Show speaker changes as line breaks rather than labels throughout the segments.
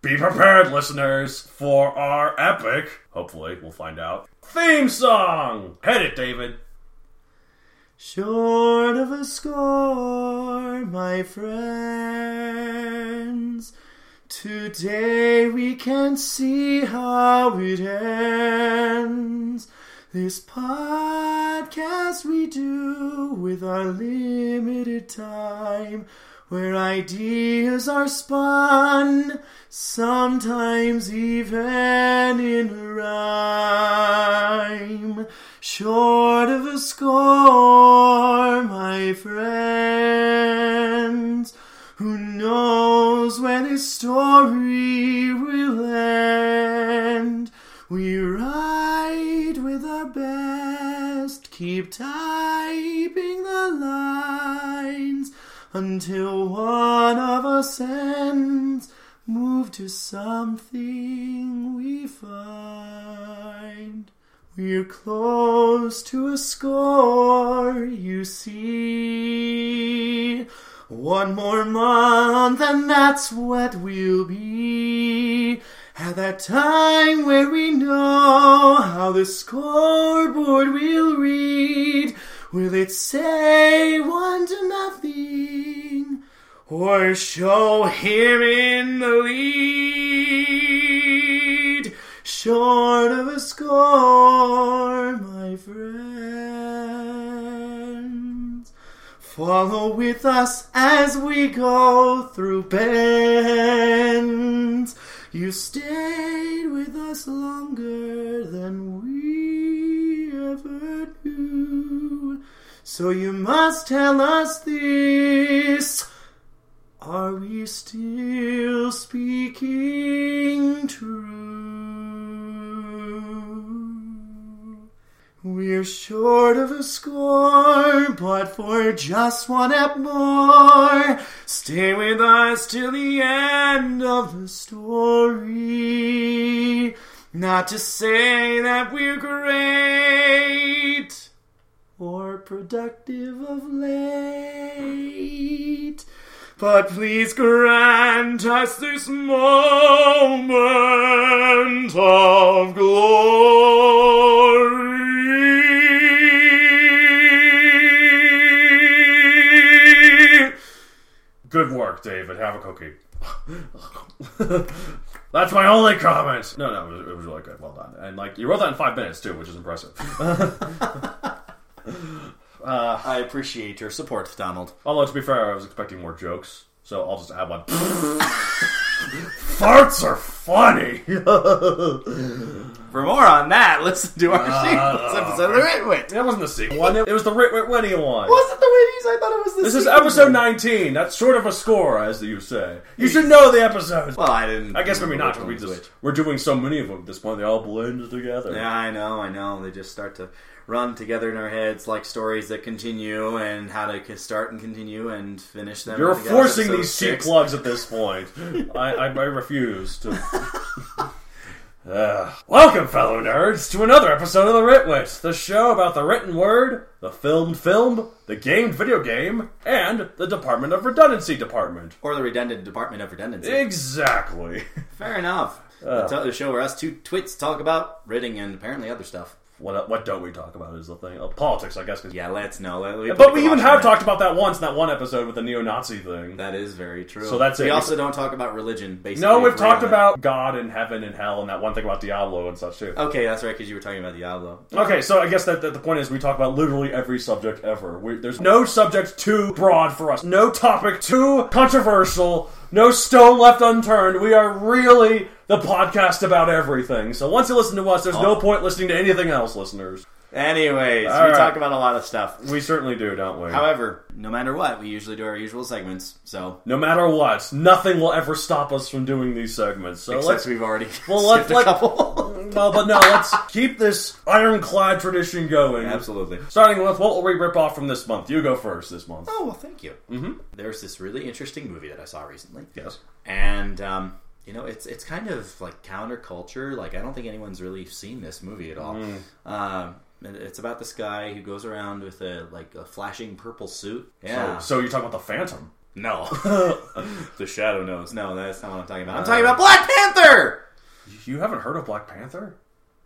Be prepared, listeners, for our epic, hopefully, we'll find out, theme song! Hit it, David.
Short of a score, my friends. Today we can see how it ends. This podcast we do with our limited time, where ideas are spun, sometimes even in rhyme. Short of a score, my friends. Who knows where this story will end? We write with our best, keep typing the lines until one of us ends. Move to something we find. We're close to a score, you see. One more month, and that's what we'll be. At that time where we know how the scoreboard will read. Will it say one to nothing? Or show him in the lead? Short of a score, my friends. Follow with us as we go through bends. You stayed with us longer than we ever knew. So you must tell us this. Are we still speaking true? We're short of a score, but for just one app more, stay with us till the end of the story. Not to say that we're great or productive of late. But please grant us this moment of glory.
Good work, David. Have a cookie. That's my only comment. No, no, it was, it was really good. Well done. And like you wrote that in five minutes too, which is impressive.
I appreciate your support, Donald.
Although to be fair, I was expecting more jokes, so I'll just add one. Farts are funny.
For more on that, listen to our
Uh,
sequels episode of The Ritwit.
That wasn't the sequel one. It was the Rit Wit Winnie one.
Was it the Witties? I thought it was the
This is
sequel
episode
one.
19. That's short of a score, as you say. You should know the episodes.
Well, I didn't.
I guess maybe
remember
not.
which
We
one was which.
just, we're doing so many of them at this point. They all blend together.
Yeah, I know, I know. They just start to run together in our heads like stories that continue and how to k- start and continue and finish them.
You're
I think that was
forcing
episode
these cheap
six.
plugs at this point. I, I, I refuse to. Ugh. welcome, fellow nerds, to another episode of The Ritwit, the show about the written word, the filmed film, the gamed video game, and the Department of Redundancy Department.
Or the redundant department of redundancy.
Exactly.
Fair enough.
Uh.
The t- the show where us two twits talk about ridding and apparently other stuff.
What, what don't we talk about is the thing. Uh, politics, I guess. 'cause-
Yeah, let's know. Let- let-
But we even
watch
have
that.
talked about that once, that one episode with the neo Nazi thing.
That is very true.
So that's
we
it.
also don't talk about religion, basically.
No, we've
Right
talked
on.
about God and heaven and hell and that one thing about Diablo and such too.
Okay, that's right, because you were talking about Diablo.
Okay, so I guess that, that the point is we talk about literally every subject ever. We, there's no subject too broad for us, no topic too controversial, no stone left unturned. We are really the podcast about everything. So once you listen to us, there's
Uh.
no point listening to anything else, listeners.
Anyways, we
right.
talk about a lot of stuff.
We certainly do, don't we?
However, no matter what, we usually do our usual segments. So,
no matter what, nothing will ever stop us from doing these segments. So
except
let's
we've already
Well, let's-
skipped a
let's-
couple.
well, but no, let's keep this ironclad tradition going.
Absolutely.
Starting with what will we rip off from this month? You go first this month.
Oh well, thank you. Mm-hmm. There's this really interesting movie that I saw recently,
Yes.
and um, you know, it's it's kind of like counterculture. Like I don't think anyone's really seen this movie at all. Um, and it's about this guy who goes around with a like a flashing purple suit. Yeah.
So, so you're Oh, talking about the Phantom.
No.
The Shadow knows.
no, that's not what I'm talking about. I'm talking about Black Panther!
You haven't heard of Black Panther?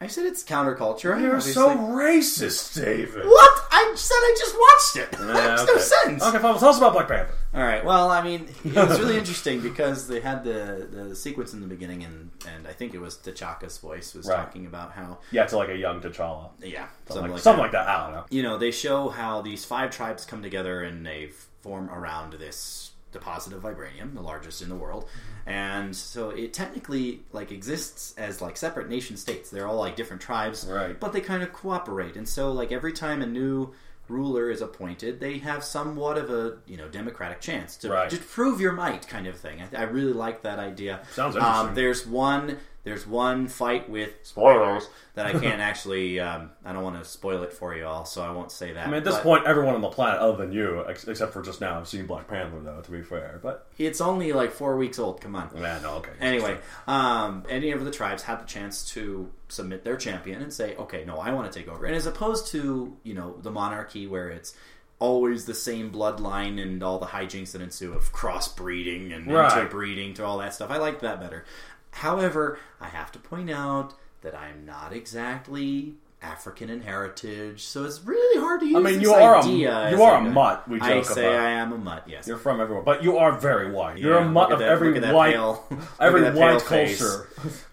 I said it's counterculture.
You're
obviously-
so racist, David.
What? I said I just watched it.
Yeah,
that makes no
okay.
sense.
Okay, fine. Well, tell us about Black Panther.
All right. Well, I mean, it was really interesting because they had the, the sequence in the beginning, and, and I think it was T'Chaka's voice was
Right.
talking about how
Yeah, to like a young T'Challa.
yeah
Something, like,
that.
something like that. I don't know.
you know, they show how these five tribes come together and they form around this deposit of vibranium, the largest in the world.
Mm-hmm.
And so it technically like exists as like separate nation states. They're all like different tribes,
Right.
but they kind of cooperate. And so like every time a new ruler is appointed, they have somewhat of a, you know, democratic chance to
Right.
just prove your might kind of thing. I, I really like that idea.
Sounds
Um,
interesting.
there's one there's one fight with
Spoilers.
that I can't actually. Um, I don't want to spoil it for you all, so I won't say that.
I mean, at this
But
point, everyone on the planet, other than you, ex- except for just now, have seen Black Panther, though, to be fair. But,
it's only like four weeks old. Come on.
man, no, okay.
Anyway, um, any of the tribes had the chance to submit their champion and say, "Okay, no, I want to take over." And as opposed to you know the monarchy where it's always the same bloodline and all the hijinks that ensue of crossbreeding and
Right.
interbreeding to all that stuff, I like that better. However, I have to point out that I'm not exactly African in heritage, so it's really hard to use.
I mean,
this
you are a-
idea
you
as
are
like
a mutt, we
I
joke
say
about.
I am a mutt. Yes,
You're from everywhere, but you are very white. You're
Yeah,
a mutt
look
of
at that-
every
look at that
white,
pale- look at
every
that pale
white
face.
culture.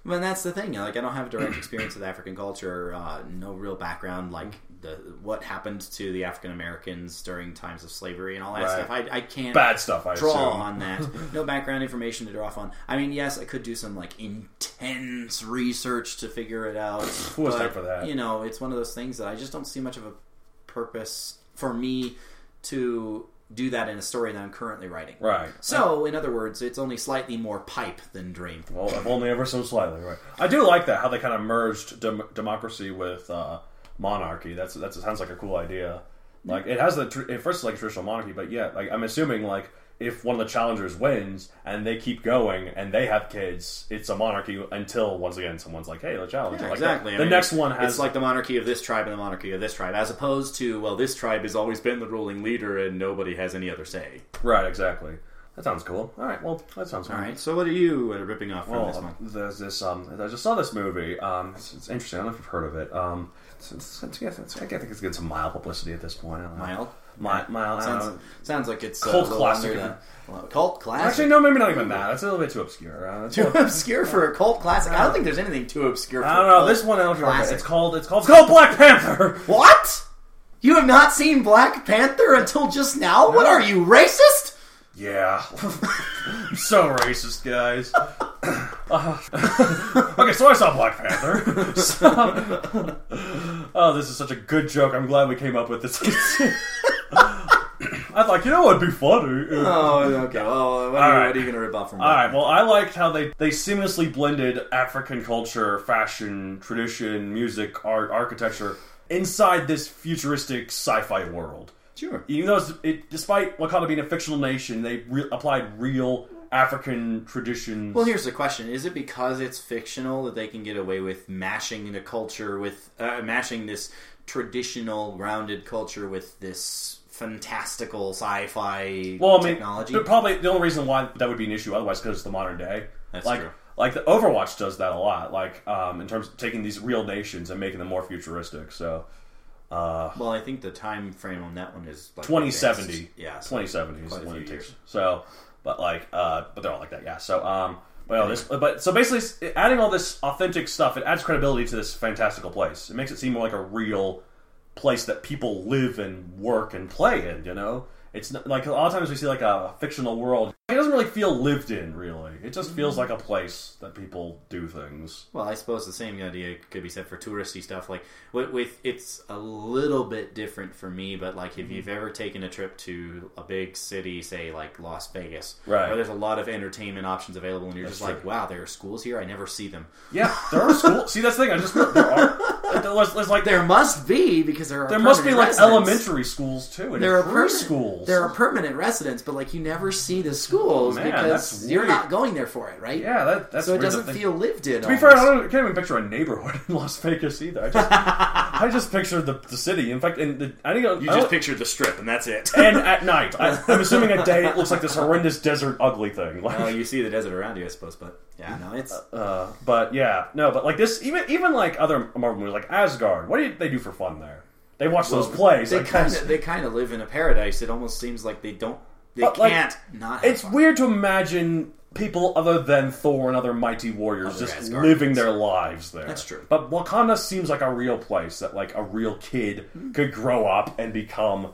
Well, that's the thing. Like, I don't have direct experience with African culture. Uh, no real background. Like the what happened to the African Americans during times of slavery and all that
Right.
stuff. I, I can't
Bad stuff, I
draw
assume.
on that. No background information to draw off on. I mean, yes, I could do some like intense research to figure it out.
Who has
but,
time for that?
You know, it's one of those things that I just don't see much of a purpose for me to do that in a story that I'm currently writing.
Right.
So, in other words, it's only slightly more pipe than drain.
Well, if only ever so slightly, right? I do like that how they kind of merged dem- democracy with uh, monarchy. That's that sounds like a cool idea. Like it has the tr- at first like traditional monarchy, but yeah, like I'm assuming like if one of the challengers wins and they keep going and they have kids, it's a monarchy until once again someone's like, hey, the challenge.
Yeah,
like,
exactly.
The,
I
the
mean,
next
it's-
one has
it's like the monarchy of this tribe and the monarchy of this tribe, as opposed to well, this tribe has always been the ruling leader and nobody has any other say.
right exactly. That sounds cool. All right, well that sounds cool.
All right. So what are you uh, ripping off from
Well,
this one?
Oh, there's this. Um, I just saw this movie. Um, it's, it's interesting. I don't know if you've heard of it. Um, it's, it's, it's, it's, I think it's getting some mild publicity at this point. I don't know.
Mild.
Mi- mild. I don't know.
Sounds, sounds like it's uh,
Cult
a little
classic.
under the- well, cult classic.
Actually, no, maybe not even that. That's a little bit too obscure. Uh, it's-
Too obscure for a cult classic. I don't think there's anything too obscure. for
I don't
a
know.
cult
This one, I don't remember.
classic.
It's called. It's called. It's called Black Panther.
What? You have not seen Black Panther until just now? What are you racist?
Yeah. I'm so racist, guys. Uh, okay, so I saw Black Panther. So- oh, this is such a good joke. I'm glad we came up with this. I thought, you know what'd be funny?
Oh, okay. Well, what,
All
are, you-
right.
what are you going to rip off from?
All
Black
right. Well, I liked how they they seamlessly blended African culture, fashion, tradition, music, art, architecture inside this futuristic sci-fi world.
Sure.
Even though it's, it, despite Wakanda being a fictional nation, they re- applied real African traditions.
Well, here's the question: Is it because it's fictional that they can get away with mashing the culture with uh, mashing this traditional grounded culture with this fantastical sci-fi
Well, I mean, uh,
technology?
but probably the only reason why that would be an issue otherwise because it's the modern day.
That's
like,
true.
Like the Overwatch does that a lot. Like um, in terms of taking these real nations and making them more futuristic. So
well, I think the time frame on that one is like
2070.
Yeah, so-
twenty seventy is
quite a
when
few
it takes.
years.
So, but like, uh, but they're all like that, yeah. So, um, well, this, but so basically, s- adding all this authentic stuff, it adds credibility to this fantastical place. It makes it seem more like a real place that people live and work and play in. You know, it's not, like a lot of times we see like a fictional world. It doesn't really feel lived in, really. It just feels like a place that people do things.
Well, I suppose the same idea could be said for touristy stuff. Like with, with it's a little bit different for me, but like
Mm-hmm.
if you've ever taken a trip to a big city, say like Las Vegas,
Right.
where there's a lot of entertainment options available, and you're just like,
true.
wow, there are schools here. I never see them.
Yeah, there are schools. see, that's the thing. I just there are. There's, there's like
There must be because there are
There must be
permanent
like
residents.
elementary schools too, and
There are
preschools. Oh,
permanent- There are permanent residents, but like you never see the
rules
man,
because
that's
you're
weird.
not going there for it, right?
Yeah, that, that's
So it
weird to
doesn't
think.
feel lived in.
To be fair, I, don't, I can't even picture a neighborhood in Las Vegas either. I just, I just pictured the, the city. In fact, in the, I think
You
I
just
don't-
pictured the strip, and that's it.
and at night, I, I'm assuming at day it looks like this horrendous desert ugly thing.
Oh,
Like,
Well, you see the desert around you, I suppose, but yeah.
you know, it's
uh, but yeah, no, but like this, even even like other Marvel movies, like Asgard. What do they do for fun there? They watch those plays.
uh, They
I
kind
guess.
of they kind of live in a paradise. It almost seems like they don't. They
But, like,
can't not. Have
It's
fun.
weird to imagine people other than Thor and other mighty warriors
Other
just
Asgardians.
living their lives there.
That's true.
But Wakanda seems like a real place that like a real kid could grow up and become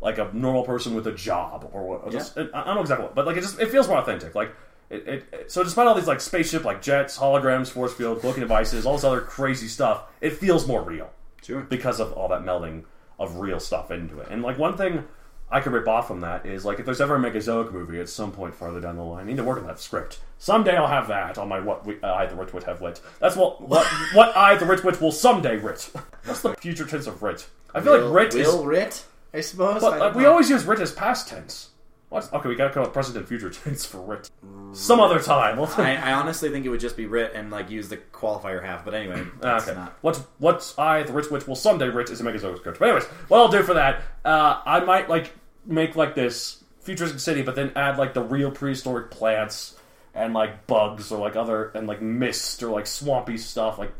like a normal person with a job or what. or just- I I don't know exactly what, but like it just it feels more authentic. Like. It, it, it- so despite all these like spaceship, like jets, holograms, force field, booking devices, all this other crazy stuff, it feels more real
Sure.
because of all that melding of real stuff into it. And like one thing I could rip off from that is like if there's ever a Megazoic movie at some point farther down the line, I need to work on that script. Someday I'll have that on my what we, uh, I the Rich Witch have writ. That's what what what I the Rich Witch will someday writ. That's the future tense of writ. I feel
Will-
like writ
will
is.
writ. I suppose. I
But, like,
don't
we
know.
always use writ as past tense. What? Okay, we gotta come up with present and future tense for writ. Some other time. We'll
I, I honestly think it would just be writ and like use the qualifier have, but anyway, that's
Okay.
not.
What's what's I the rich witch will someday rich is a megazoic script. But anyways, what I'll do for that, uh, I might like make like this futuristic city, but then add like the real prehistoric plants and like bugs or like other and like mist or like swampy stuff, like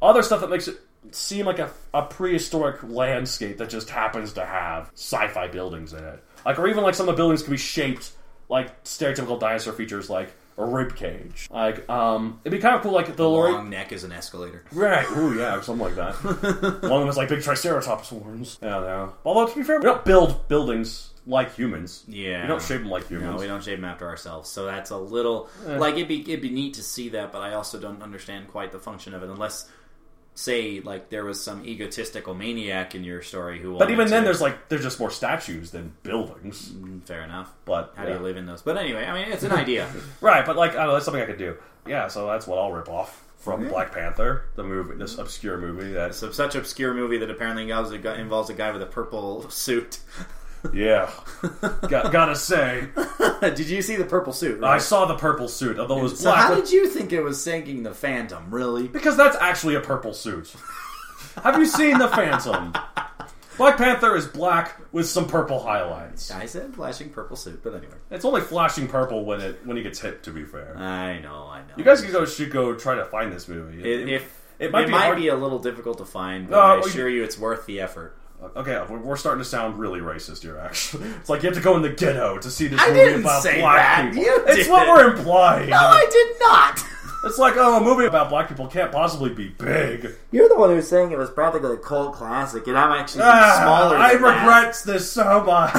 other stuff that makes it seem like a, a prehistoric landscape that just happens to have sci-fi buildings in it. Like or even like some of the buildings can be shaped like stereotypical dinosaur features like a rib cage. Like um it'd be kind of cool like the Lori
Long neck is an escalator.
Right. Ooh, yeah, or something like that. One of them is like big triceratops horns. I don't know. Although to be fair, we don't build buildings like humans.
Yeah.
We don't shape them like
No,
humans.
we don't shape them after ourselves, so that's a little
Eh.
like it'd be it'd be neat to see that, but I also don't understand quite the function of it unless, say, like there was some egotistical maniac in your story who.
but even then, there's like there's just more statues than buildings.
fair enough.
But
Mm, How
yeah.
do you live in those? But anyway, I mean, it's an idea.
Right, but like I don't know, that's something I could do. Yeah, so that's what I'll rip off from Black Panther, the movie, this obscure movie. That's
so such obscure movie that apparently involves a guy, involves a guy with a purple suit.
yeah. Got, gotta say,
Did you see the purple suit?
I
Right?
saw the purple suit, although it was
so
black.
how did you think it was sinking the Phantom? Really?
Because that's actually a purple suit. Have you seen the Phantom? Black Panther is black with some purple highlights.
I said flashing purple suit, but anyway.
It's only flashing purple when it when he gets hit. To be fair,
I know, I know.
you guys could go should go try to find this movie.
It, if
it might, be, hard,
a little difficult to find, but
No,
I
well, you-
assure you, it's worth the effort.
uh, okay, we're- we're starting to sound really racist here. Actually, it's like you have to go in the ghetto to see this
I
movie
didn't
about
say
black
that.
people.
You
it's
did.
what we're implying.
did not.
It's like oh, a movie about black people can't possibly be big.
You're the one who's saying it was practically a cult classic, and I'm actually
Ah,
smaller.
I
than that.
regret this so much.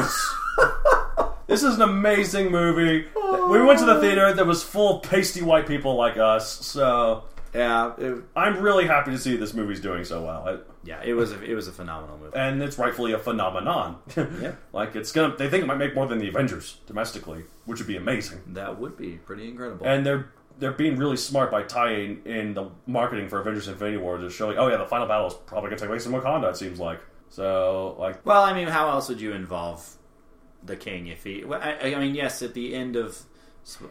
this is an amazing movie. We went to the theater that was full of pasty white people like us, so
Yeah, it,
I'm really happy to see this movie's doing so well. It-
yeah, it was a, it was a phenomenal movie.
and it's rightfully a phenomenon.
Yeah.
like it's gonna. They think it might make more than the Avengers domestically, which would be amazing.
That would be pretty incredible.
And they're they're being really smart by tying in the marketing for Avengers: Infinity War to showing, oh yeah, the final battle is probably gonna take place in Wakanda. It seems like so. Like
well, I mean, how else would you involve the king if he? Well, I, I mean, yes, at the end of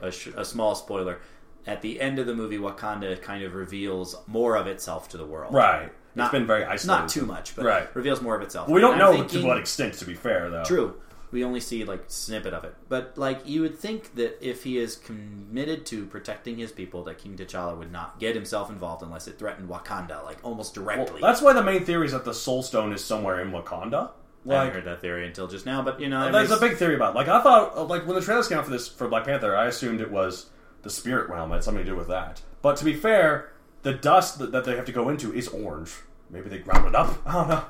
a, sh- a small spoiler, at the end of the movie, Wakanda kind of reveals more of itself to the world.
right,
Not-
it's been very isolated.
Not too much, but
Right.
reveals more of itself.
We don't
And
know
I'm thinking-
to what extent, to be fair, though.
True. We only see like snippet of it, but like you would think that if he is committed to protecting his people, that King T'Challa would not get himself involved unless it threatened Wakanda, like almost directly.
That's why the main theory is that the Soul Stone is somewhere in Wakanda.
I haven't
Like,
heard that theory until just now, but you know, it
That's a
makes-
big theory about. it. Like I thought, like when the trailers came out for this for Black Panther, I assumed it was the spirit realm had something to do with that. But to be fair, the dust that, that they have to go into is orange. Maybe they ground it up. I don't know.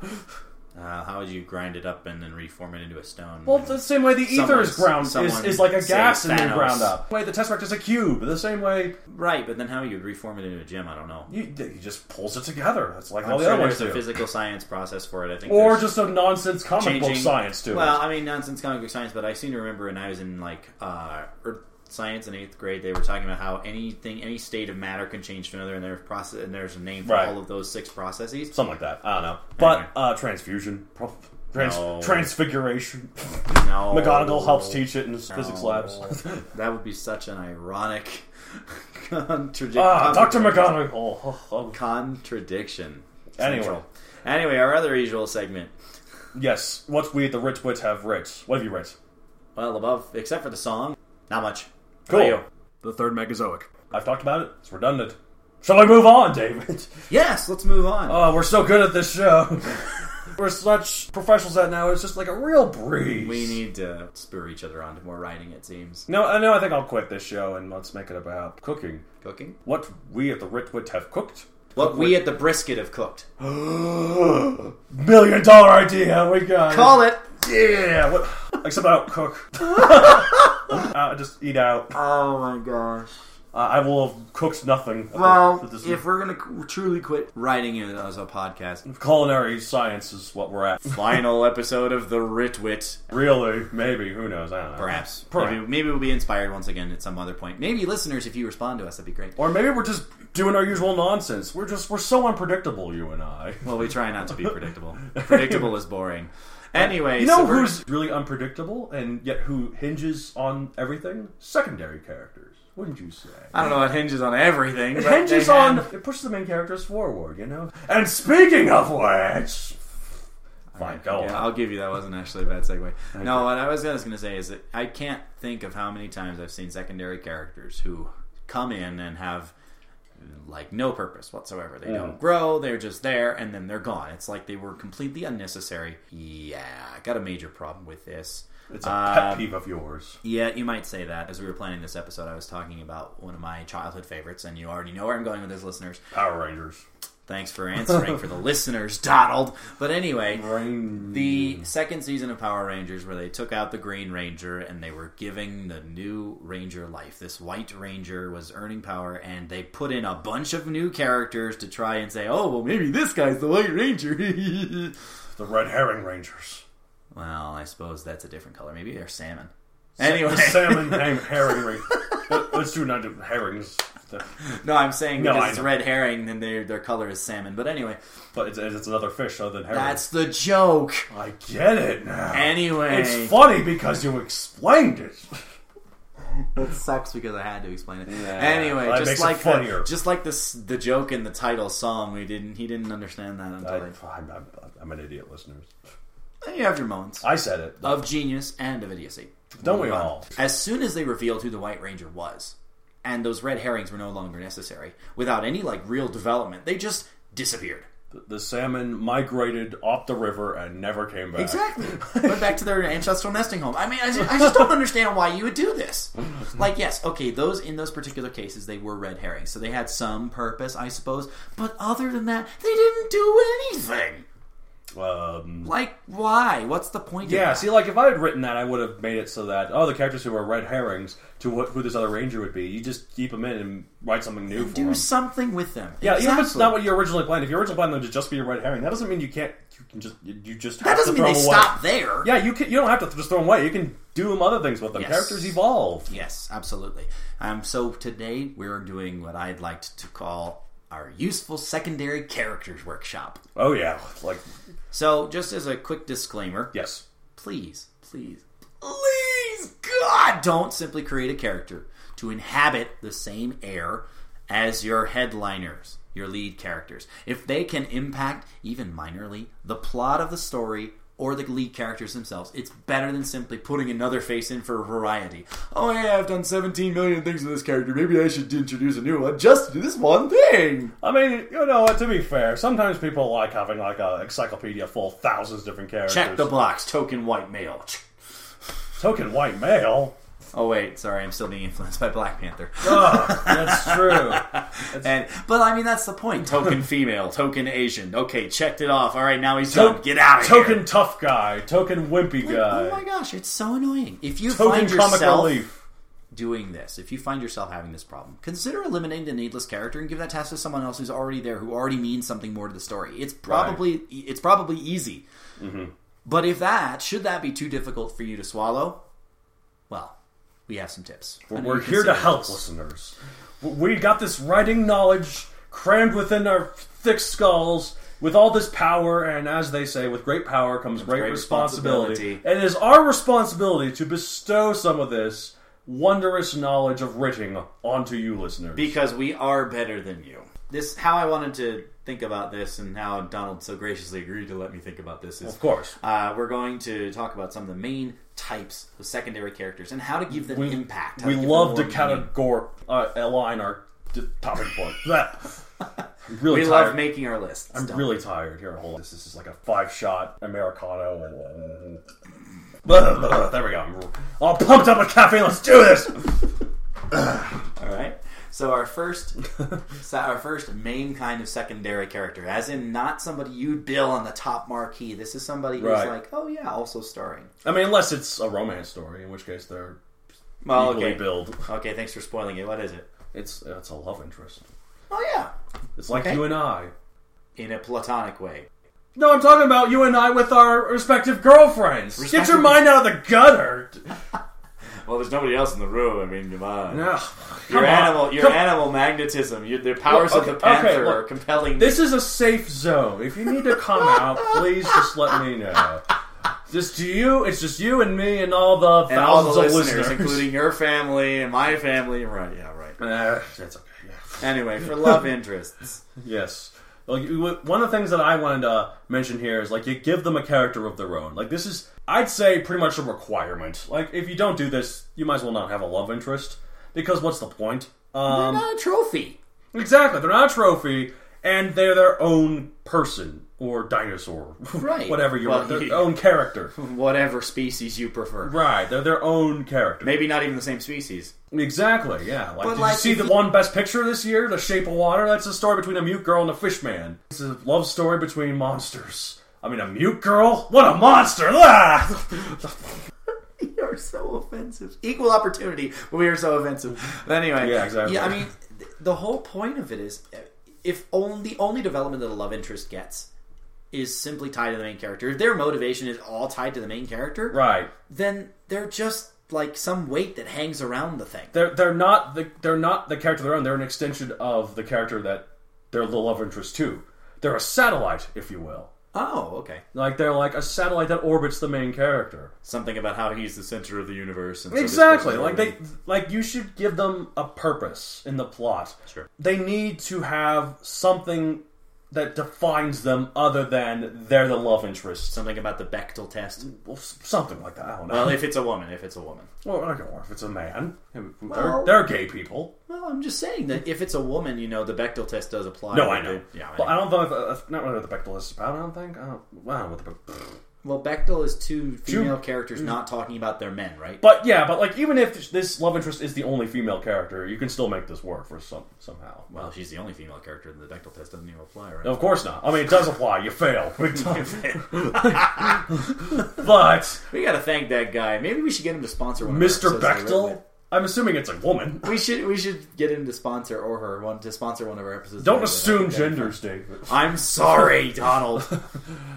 uh, how would you grind it up and then reform it into a stone?
Well, it's the same way the ether is
Someone's-
ground is,
someone
is like a
say
gas and then
Thanos.
ground up. The way the tesseract is a cube. The same way
right, but then how you would reform it into a gem? I don't know.
you, he just pulls it together. That's like all
I'm
the
sure
other ones
there's a
do.
physical science process for it. I think,
Or
there's-
just a nonsense comic book
changing-
science to
Well,
it.
I mean, nonsense comic book science, but I seem to remember when I was in like uh, Earth science in eighth grade, they were talking about how anything, any state of matter can change to another, and there's process, and there's a name for
Right.
all of those six processes.
Something like that. I don't know. But
Anyway.
uh, transfusion. prob- Trans-
No.
Transfiguration.
No.
McGonagall helps teach it in physics labs.
that would be such an ironic contradiction.
ah, Dr. McGonagall. Oh, oh.
Contradiction.
Anyway.
Central. Anyway, our other usual segment.
Yes, what's we the rich wits have writs? What have you writ?
Well, above, except for the song, not much.
Cool.
How about you?
The third Megazoic.
I've talked about it. It's redundant. Shall I move on, David?
Yes, let's move on.
Oh, we're so good at this show. we're such professionals at now. It's just like a real breeze.
We need to spur each other on to more writing, it seems.
No, I know. I think I'll quit this show and let's make it about cooking.
Cooking?
What we at the Ritwit have cooked.
What we at the brisket have cooked.
Million dollar idea. We got. it.
Call it!
Yeah. What? Except I don't cook. I just eat out. Uh,
Oh my gosh.
I will have cooked nothing.
Well,
This is-
if we're going to truly quit writing it as a podcast,
culinary science is what we're at.
final episode of The Ritwit.
Really? Maybe? Who knows? I don't know.
Perhaps.
Perhaps.
Maybe, maybe we'll be inspired once again at some other point. Maybe listeners, if you respond to us, that'd be great.
Or maybe we're just doing our usual nonsense. We're just we're so unpredictable, you and I.
Well, we try not to be predictable. predictable is boring. Anyway,
You know
so we're-
who's really unpredictable and yet who hinges on everything? Secondary characters, wouldn't you say?
I don't know. It hinges on everything.
It
but
hinges
Uh, they
on
have-
it pushes the main characters forward, you know. And speaking of which, fine, go
Yeah,
on.
I'll give you that wasn't actually a bad segue. No, what I was going to say is that I can't think of how many times I've seen secondary characters who come in and have like no purpose whatsoever. They
Mm.
don't grow, they're just there and then they're gone. It's like they were completely unnecessary. Yeah, I got a major problem with this.
It's a
Um,
pet peeve of yours.
Yeah, you might say that. As we were planning this episode, I was talking about one of my childhood favorites, and you already know where I'm going with this, listeners.
Power Rangers.
Thanks for answering for the listeners, Donald. But anyway, the second season of Power Rangers, where they took out the Green Ranger and they were giving the new Ranger life. This White Ranger was earning power, and they put in a bunch of new characters to try and say, oh, well, maybe this guy's the White Ranger.
The Red Herring Rangers.
well, I suppose that's a different color. Maybe they're salmon. Anyway,
The salmon named Herring Ranger. Let's do not do herrings.
no, I'm saying
No,
because
I
it's
know.
red herring, then their their color is salmon. But anyway,
But it's, it's another fish other than herring.
that's the joke.
I get it now.
Anyway,
It's funny because you explained it.
It sucks because I had to explain it.
Well,
anyway,
that
just
makes it
like the,
funnier.
just like this, the joke in the title song, we didn't. He didn't understand that until
I,
like,
I'm, I'm, I'm an idiot, listeners.
you have your moments
I said it.
of genius and of idiocy.
Don't we all?
As soon as they revealed who the White Ranger was, and those red herrings were no longer necessary, without any like real development, they just disappeared.
The, the salmon migrated off the river and never came back.
Exactly. Went back to their ancestral nesting home. I mean, I just, I just don't understand why you would do this. Like, yes, okay, those in those particular cases, they were red herrings, so they had some purpose, I suppose. But other than that, they didn't do anything.
Um,
Like, why? What's the point?
yeah,
Of that?
see, like, if I had written that, I would have made it so that, oh, the characters who are red herrings to what, who this other ranger would be, you just keep them in and write something new for
do
them.
something with them.
Yeah, even if it's
Exactly.
not what you originally planned, if you originally planned them to just be a red herring, that doesn't mean you can't, you can just, you, you just
that
have
doesn't
to
mean
throw
they
them away.
stop there.
Yeah, you can, you don't have to just throw them away. You can do them other things with them.
Yes.
Characters evolve.
Yes, absolutely. Um, so today we're doing what I'd like to call our useful secondary characters workshop.
Oh yeah, like
So, just as a quick disclaimer,
yes.
please, please, please, God, don't simply create a character to inhabit the same air as your headliners, your lead characters. If they can impact, even minorly, the plot of the story or the lead characters themselves, it's better than simply putting another face in for variety. Oh, yeah, I've done 17 million things with this character. Maybe I should introduce a new one just to do this one thing.
I mean, you know, to be fair, sometimes people like having like a encyclopedia full of thousands of different characters.
Check the box, token white male.
token white male.
Oh, wait, sorry, I'm still being influenced by Black Panther.
Ugh, that's true.
And but I mean that's the point. Token female, token Asian. Okay, checked it off. All right, now he's
To-
done. Get out of
Token
here.
tough guy. Token wimpy guy.
Oh my gosh, it's so annoying. If you
token
find
comic
yourself
relief.
doing this, if you find yourself having this problem, consider eliminating the needless character and give that task to someone else who's already there, who already means something more to the story. It's probably it's probably easy. Mm-hmm. But if that should that be too difficult for you to swallow, well, we have some tips.
We're,
I know
we're
you
here to
consider
help
this.
listeners. W- We got this writing knowledge crammed within our thick skulls, with all this power, and as they say, with great power comes great,
great
responsibility.
responsibility.
And it is our responsibility to bestow some of this wondrous knowledge of writing onto you listeners.
because we are better than you. This how I wanted to think about this, and how Donald so graciously agreed to let me think about this is
of course.
Uh, we're going to talk about some of the main types of secondary characters and how to give them impact. how
We
to give
love to
them more meaning.
categor uh, align our d- topic point. That. I'm really
We
tired.
love making our lists.
I'm
Don't-
really tired. Here, hold on. This, this is like a five shot Americano. And, there we go. I'm all pumped up with caffeine. Let's do this.
All right. So our first, so our first main kind of secondary character, as in not somebody you'd bill on the top marquee. This is somebody who's
Right.
like, oh yeah, also starring.
I mean, unless it's a romance story, in which case they're
Well,
equally
Oh, okay,
billed.
okay. Thanks for spoiling it. What is it?
It's it's a love interest.
Oh yeah,
It's like
Okay.
you and I.
in a platonic way.
No, I'm talking about you and I with our respective girlfriends. Get your
Respective-
mind out of the gutter.
Well, there's nobody else in the room. I mean, come on.
Ugh, come
Your
on.
animal, your
Come-
animal magnetism, your, the powers
Look,
of the
okay, okay,
panther
look.
are compelling.
This is a safe zone. If you need to come out, please just let me know. Just to you, it's just you and me and all the
and all the
thousands of
listeners,
listeners,
including your family and my family. Right? Yeah, right.
Uh, that's okay. yeah.
Anyway, for love interests,
Yes. Like you- one of the things that I wanted to mention here is like you give them a character of their own. Like this is, I'd say, pretty much a requirement. Like if you don't do this, you might as well not have a love interest because what's the point? Um,
not a trophy.
Exactly. They're not a trophy, and they're their own person or dinosaur,
Right.
Whatever you
Well,
want, their
yeah.
own character.
Whatever species you prefer.
Right. They're their own character.
Maybe not even the same species.
Exactly. Yeah. Like,
But,
did
like,
you see
if
the
you-
one best picture this year, The Shape of Water? That's a story between a mute girl and a fish man. It's a love story between monsters. I mean, a mute girl? What a monster! Ah!
We are so offensive. Equal opportunity, but we are so offensive. But anyway,
Yeah, exactly.
Yeah, I mean, th- the whole point of it is, uh, if only the only development that a love interest gets is simply tied to the main character. If their motivation is all tied to the main character,
right.
then they're just like some weight that hangs around the thing.
They're they're not the they're not the character they're on. They're an extension of the character that they're the love interest to. They're a satellite, if you will.
Oh, okay.
Like they're like a satellite that orbits the main character.
Something about how he's the center of the universe. And so this
Exactly.
person-
Like they like you should give them a purpose in the plot.
Sure.
They need to have something that defines them other than they're the love interest.
Something about the Bechtel test.
Well, s- something like that. I don't know.
Well, if it's a woman, if it's a woman.
Well, I don't know if it's a man. They're,
Well-
they're gay people.
Well, I'm just saying that if it's a woman, you know, the Bechtel test does apply.
No, I know.
Yeah, I
but
know.
I don't know if uh, not really what the Bechdel list is about. I don't think. I don't, I don't know what the. Bech-
Well, Bechtel is two female
Mm.
characters not talking about their men, right?
But yeah, but like even if this love interest is the only female character, you can still make this work for some somehow.
well, she's the only female character, and the Bechtel test doesn't even apply, right?
Of course not. I mean, it does apply. You fail big time. but
We gotta thank that guy. Maybe we should get him to sponsor one. of our
Mr.
episodes that we're with.
Bechtel, I'm assuming it's a woman.
We should we should get him to sponsor or her one to sponsor one of our episodes. that we're
Don't
with.
assume
That'd be
genders, David.
fun. I'm sorry, Donald.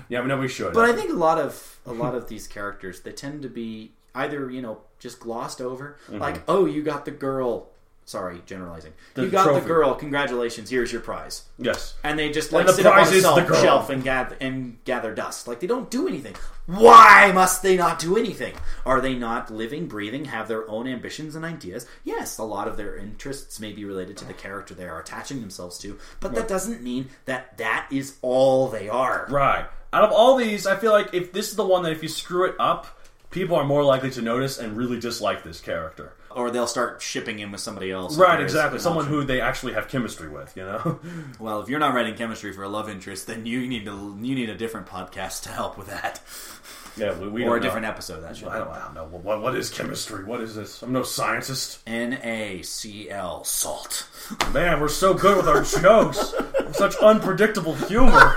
Yeah, but no, we should.
But I think a lot of a lot of these characters they tend to be either you know just glossed over,
Mm-hmm.
like oh you got the girl. Sorry, generalizing. you got
trophy.
the girl. Congratulations. Here's your prize.
yes.
And they just like
the
sit up
prize
on a
is the
shelf,
girl.
shelf and gather and gather dust. Like they don't do anything. Why must they not do anything? Are they not living, breathing, have their own ambitions and ideas? Yes, a lot of their interests may be related to the character they are attaching themselves to, but that doesn't mean that that is all they are.
Right. Out of all these, I feel like if this is the one that if you screw it up, people are more likely to notice and really dislike this character.
Or they'll start shipping him with somebody else. if
Right,
there is
exactly.
an
Someone
option.
who they actually have chemistry with, you know?
Well, if you're not writing chemistry for a love interest, then you need to you need a different podcast to help with that,
yeah, we, we
or a
don't know.
different episode. That should.
I don't, I don't know. What, what is chemistry? What is this? I'm no scientist.
NaCl salt.
Man, we're so good with our jokes. Such unpredictable humor.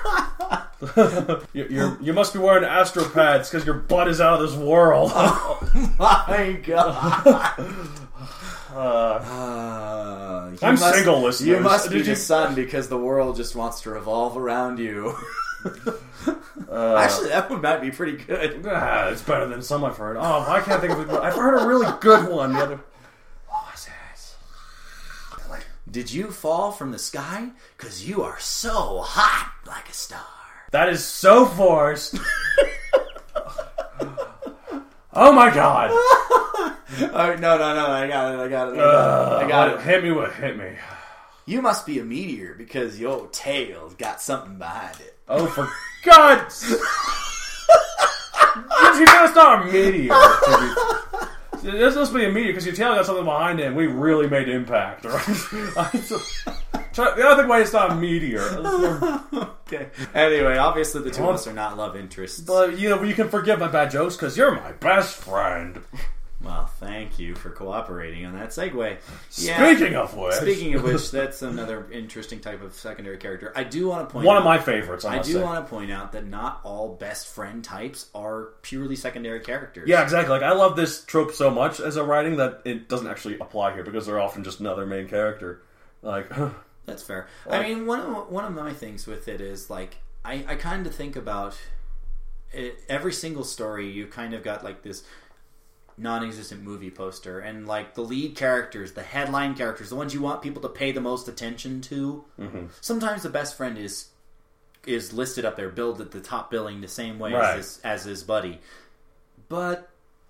you, you're, you must be wearing astro pads because your butt is out of this world.
My God.
Uh,
Uh, you
I'm single, listeners.
You must be
Did you-
the sun because the world just wants to revolve around you. Actually, that one might be pretty good.
ah, it's better than some I've heard. Oh, I can't think of it. I've heard a really good one. The other. What was it?
Did you fall from the sky? Because you are so hot like a star.
That is so forced. oh my god.
All right, no, no, no. I got it. I got it. I
Uh,
got it. I got it.
Hit me with hit me.
You must be a meteor because your tail's got something behind it.
Oh, for God's Did you know it's not a meteor? to be- This must be a meteor because your tail got something behind it and we really made impact, right? the other way it's not a meteor.
Okay. Anyway, obviously the two of us are not love interests.
But, you know, you can forgive my bad jokes because you're my best friend.
well, thank you for cooperating on that segue.
Speaking of which,
Speaking of which, that's another interesting type of secondary character. I do want to point
one
out,
of my favorites, I,
I
must
do
say.
want to point out that not all best friend types are purely secondary characters.
Yeah, exactly. Like I love this trope so much as a writing that it doesn't actually apply here because they're often just another main character. Like,
That's fair. I mean, one of one of my things with it is like I, I kind of think about it, every single story. You kind of got like this non-existent movie poster, and like the lead characters, the headline characters, the ones you want people to pay the most attention to. Sometimes the best friend is is listed up there, billed at the top billing, the same way
Right.
as his, as his buddy, but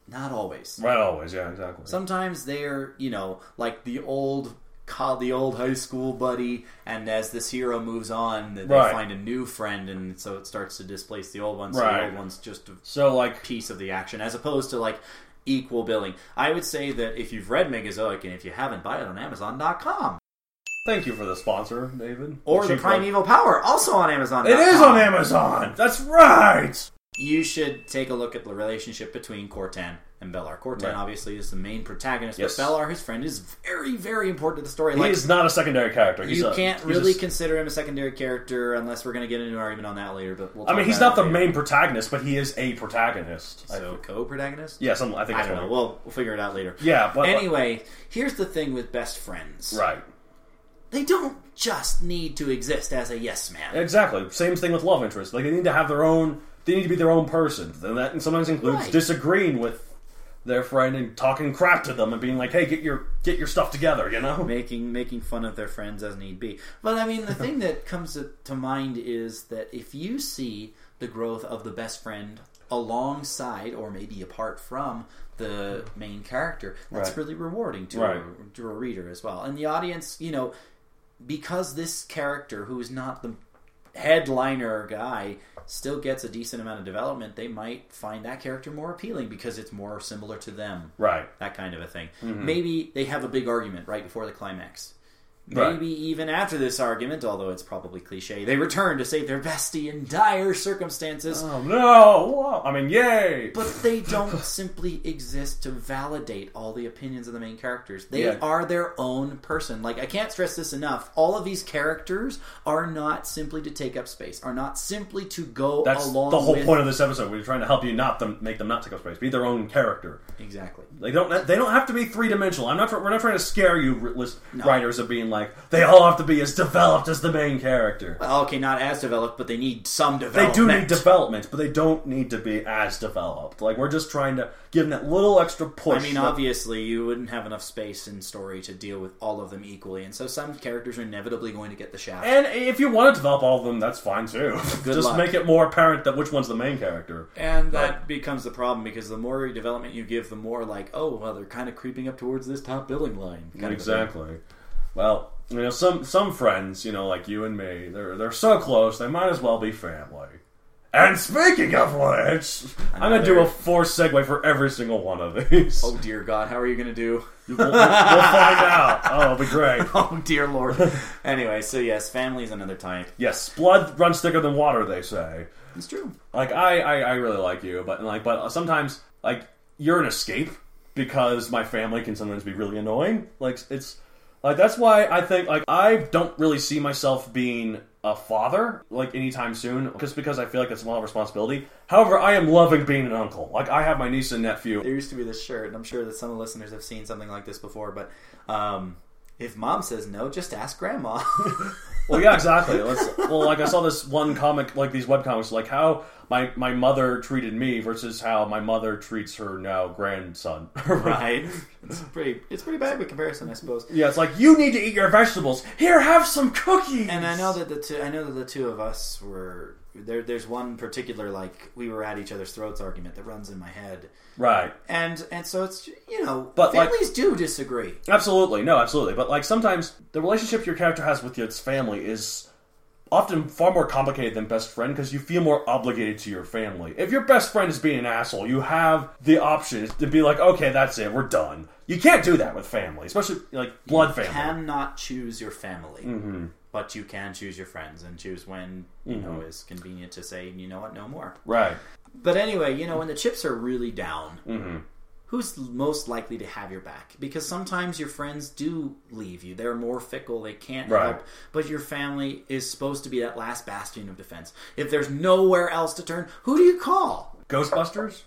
not always.
right? Always, yeah, exactly.
Sometimes they're, you know, like the old co- the old high school buddy, and as this hero moves on, they
Right.
find a new friend, and so it starts to displace the old one. So
Right.
the old one's just a
so, like,
piece of the action, as opposed to like equal billing. I would say that if you've read Megazoic, and if you haven't, buy it on Amazon.com
thank you for the sponsor, David.
or the
Cheap
Primeval Power, also on Amazon.
one. It is on Amazon. That's right.
you should take a look at the relationship between Cortan and Bellar. Cortan
Right.
obviously is the main protagonist,
Yes.
but Bellar, his friend, is very, very important to the story.
He
Like,
is not a secondary character. He's
you
a-
can't
he's
really
a-
consider him a secondary character unless we're going to get into an argument on that later. But we'll
I
talk
mean, he's
about
not
it
the
later.
main protagonist, but he is a protagonist. I-
so co-protagonist.
yeah, some, I think.
I
that's
don't know.
what-
We'll, we'll figure it out later.
Yeah, but
Anyway, here's the thing with best friends.
right,
They don't just need to exist as a yes man.
exactly. Same thing with love interest. Like they need to have their own. They need to be their own person, and that sometimes includes
Right.
disagreeing with their friend and talking crap to them and being like, "Hey, get your get your stuff together," you know.
making making fun of their friends as need be. But I mean, the thing that comes to, to mind is that if you see the growth of the best friend alongside or maybe apart from the main character, that's
Right.
really rewarding to a,
Right.
to a reader as well. And the audience, you know, because this character who is not the headliner guy still gets a decent amount of development, they might find that character more appealing because it's more similar to them
Right.
that kind of a thing.
Mm-hmm.
Maybe they have a big argument right before the climax. Maybe
Right.
even after this argument, although it's probably cliche, they return to save their bestie in dire circumstances.
Oh no! Wow. I mean, yay!
but they don't simply exist to validate all the opinions of the main characters. They
Yeah.
are their own person. Like, I can't stress this enough. All of these characters are not simply to take up space, are not simply to go
That's
along
the whole
with-
point of this episode. We're trying to help you not them make them not take up space, be their own character.
Exactly.
They don't. They don't have to be three dimensional. I'm not. tr- We're not trying to scare you, r- list writers, of being like they all have to be as developed as the main character.
Okay, not as developed, but they need some
They
development.
do need development, but they don't need to be as developed. Like we're just trying to give them that little extra push.
I mean,
that-
obviously, you wouldn't have enough space in story to deal with all of them equally, and so some characters are inevitably going to get the shaft.
And if you want to develop all of them, that's fine too.
Good
just
luck.
make it more apparent that which one's the main character.
And that becomes the problem because the more development you give, the more like, oh, well, they're kind of creeping up towards this top billing line. kind of a thing.
Exactly. Well, you know, some some friends, you know, like you and me, they're they're so close, they might as well be family. And speaking of which, I'm gonna do a
Another-
forced segue for every single one of these.
Oh dear God, how are you going to do?
We'll, we'll- we'll find out. Oh, it'll be great.
Oh dear Lord. anyway, so yes, family is another type.
Yes, blood runs thicker than water, they say.
It's true.
Like I, I, I really like you, but like, but sometimes like you're an escape because my family can sometimes be really annoying. Like it's like that's why I think like I don't really see myself being a father like anytime soon, just because I feel like it's a lot of responsibility. However, I am loving being an uncle. Like I have my niece and nephew.
There used to be this shirt, and I'm sure that some of the listeners have seen something like this before. But um, if mom says no, just ask grandma.
Well, yeah, exactly. Let's, well, like I saw this one comic, like these web comics, like how my my mother treated me versus how my mother treats her now grandson.
right? It's pretty. It's pretty bad by comparison, I suppose.
Yeah, it's like you need to eat your vegetables. Here, have some cookies.
And I know that the two, I know that the two of us were there. There's one particular like we were at each other's throats argument that runs in my head,
right?
and and so it's you know,
But, like-
families do disagree.
Absolutely, no, absolutely. But like sometimes the relationship your character has with its family is often far more complicated than best friend because you feel more obligated to your family. If your best friend is being an asshole, you have the option to be like, okay, that's it, we're done. You can't do that with family, especially like blood family.
Cannot choose your family,
Mm-hmm.
but you can choose your friends and choose when you know is convenient to say you know what, no more.
Right.
But anyway, you know, when the chips are really down, who's most likely to have your back? Because sometimes your friends do leave you. They're more fickle. They can't
Right.
help. But your family is supposed to be that last bastion of defense. If there's nowhere else to turn, who do you call?
Ghostbusters?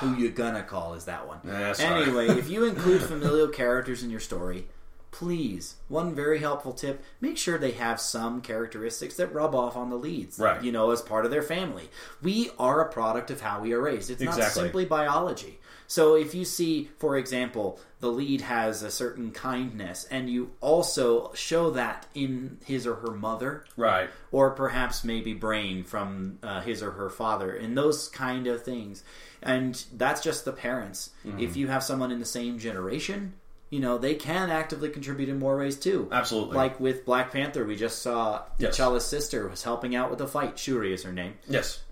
Who you gonna call is that one.
Yeah, sorry.
anyway, if you include familial characters in your story, please, one very helpful tip, make sure they have some characteristics that rub off on the leads.
Right.
You know, as part of their family. We are a product of how we are raised. It's not
Exactly.
simply biology. So if you see, for example, the lead has a certain kindness and you also show that in his or her mother,
Right.
or perhaps maybe brain from uh, his or her father, and those kind of things. And that's just the parents.
Mm-hmm.
If you have someone in the same generation, you know they can actively contribute in more ways too.
Absolutely.
Like with Black Panther, we just saw
Yes.
T'Challa's sister was helping out with the fight. Shuri is her name.
Yes.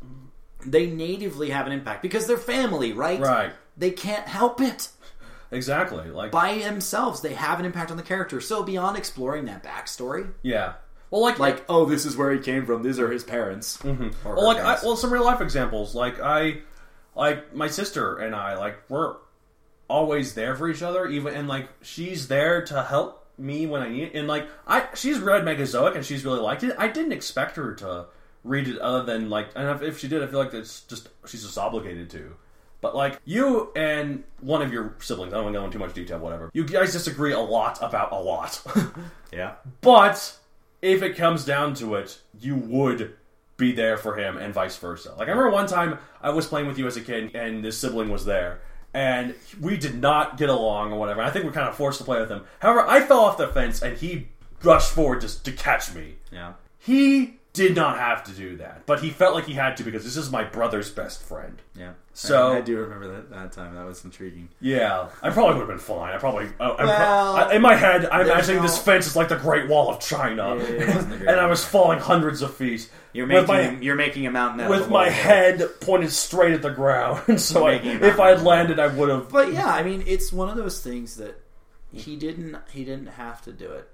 They natively have an impact because they're family, right?
Right.
They can't help it
Exactly. Like
by themselves. They have an impact on the character. So beyond exploring that backstory,
yeah. Well, like
like oh, this is where he came from. These are his parents. Mm-hmm.
well, like I, well, some real life examples. Like I, like my sister and I, like we're always there for each other. Even and like she's there to help me when I need it. And like I, she's read Megazoic and she's really liked it. I didn't expect her to read it other than like, and if, if she did, I feel like it's just she's just obligated to. But like you and one of your siblings, I don't want to go into too much detail, whatever. You guys disagree a lot about a lot.
yeah.
But if it comes down to it, you would be there for him and vice versa. Like I remember one time I was playing with you as a kid and this sibling was there and we did not get along or whatever. I think we are kind of forced to play with him. However, I fell off the fence and he rushed forward just to catch me.
Yeah.
He did not have to do that, but he felt like he had to because this is my brother's best friend.
Yeah.
So-
I, I do remember that, that time. That was intriguing.
Yeah, I probably would have been fine. I probably, I, I,
Well,
I- in my head, I'm
there's
imagining
no-
this fence is like the Great Wall of China,
Yeah, yeah, yeah, it's the Great
and I
Wall.
was falling hundreds of feet
You're
with
making
my
you're making a mountain out of
with
a
my
molehill.
head pointed straight at the ground. And so, I,
Making-
if I had landed, I would have.
But yeah, I mean, it's one of those things that he didn't he didn't have to do it,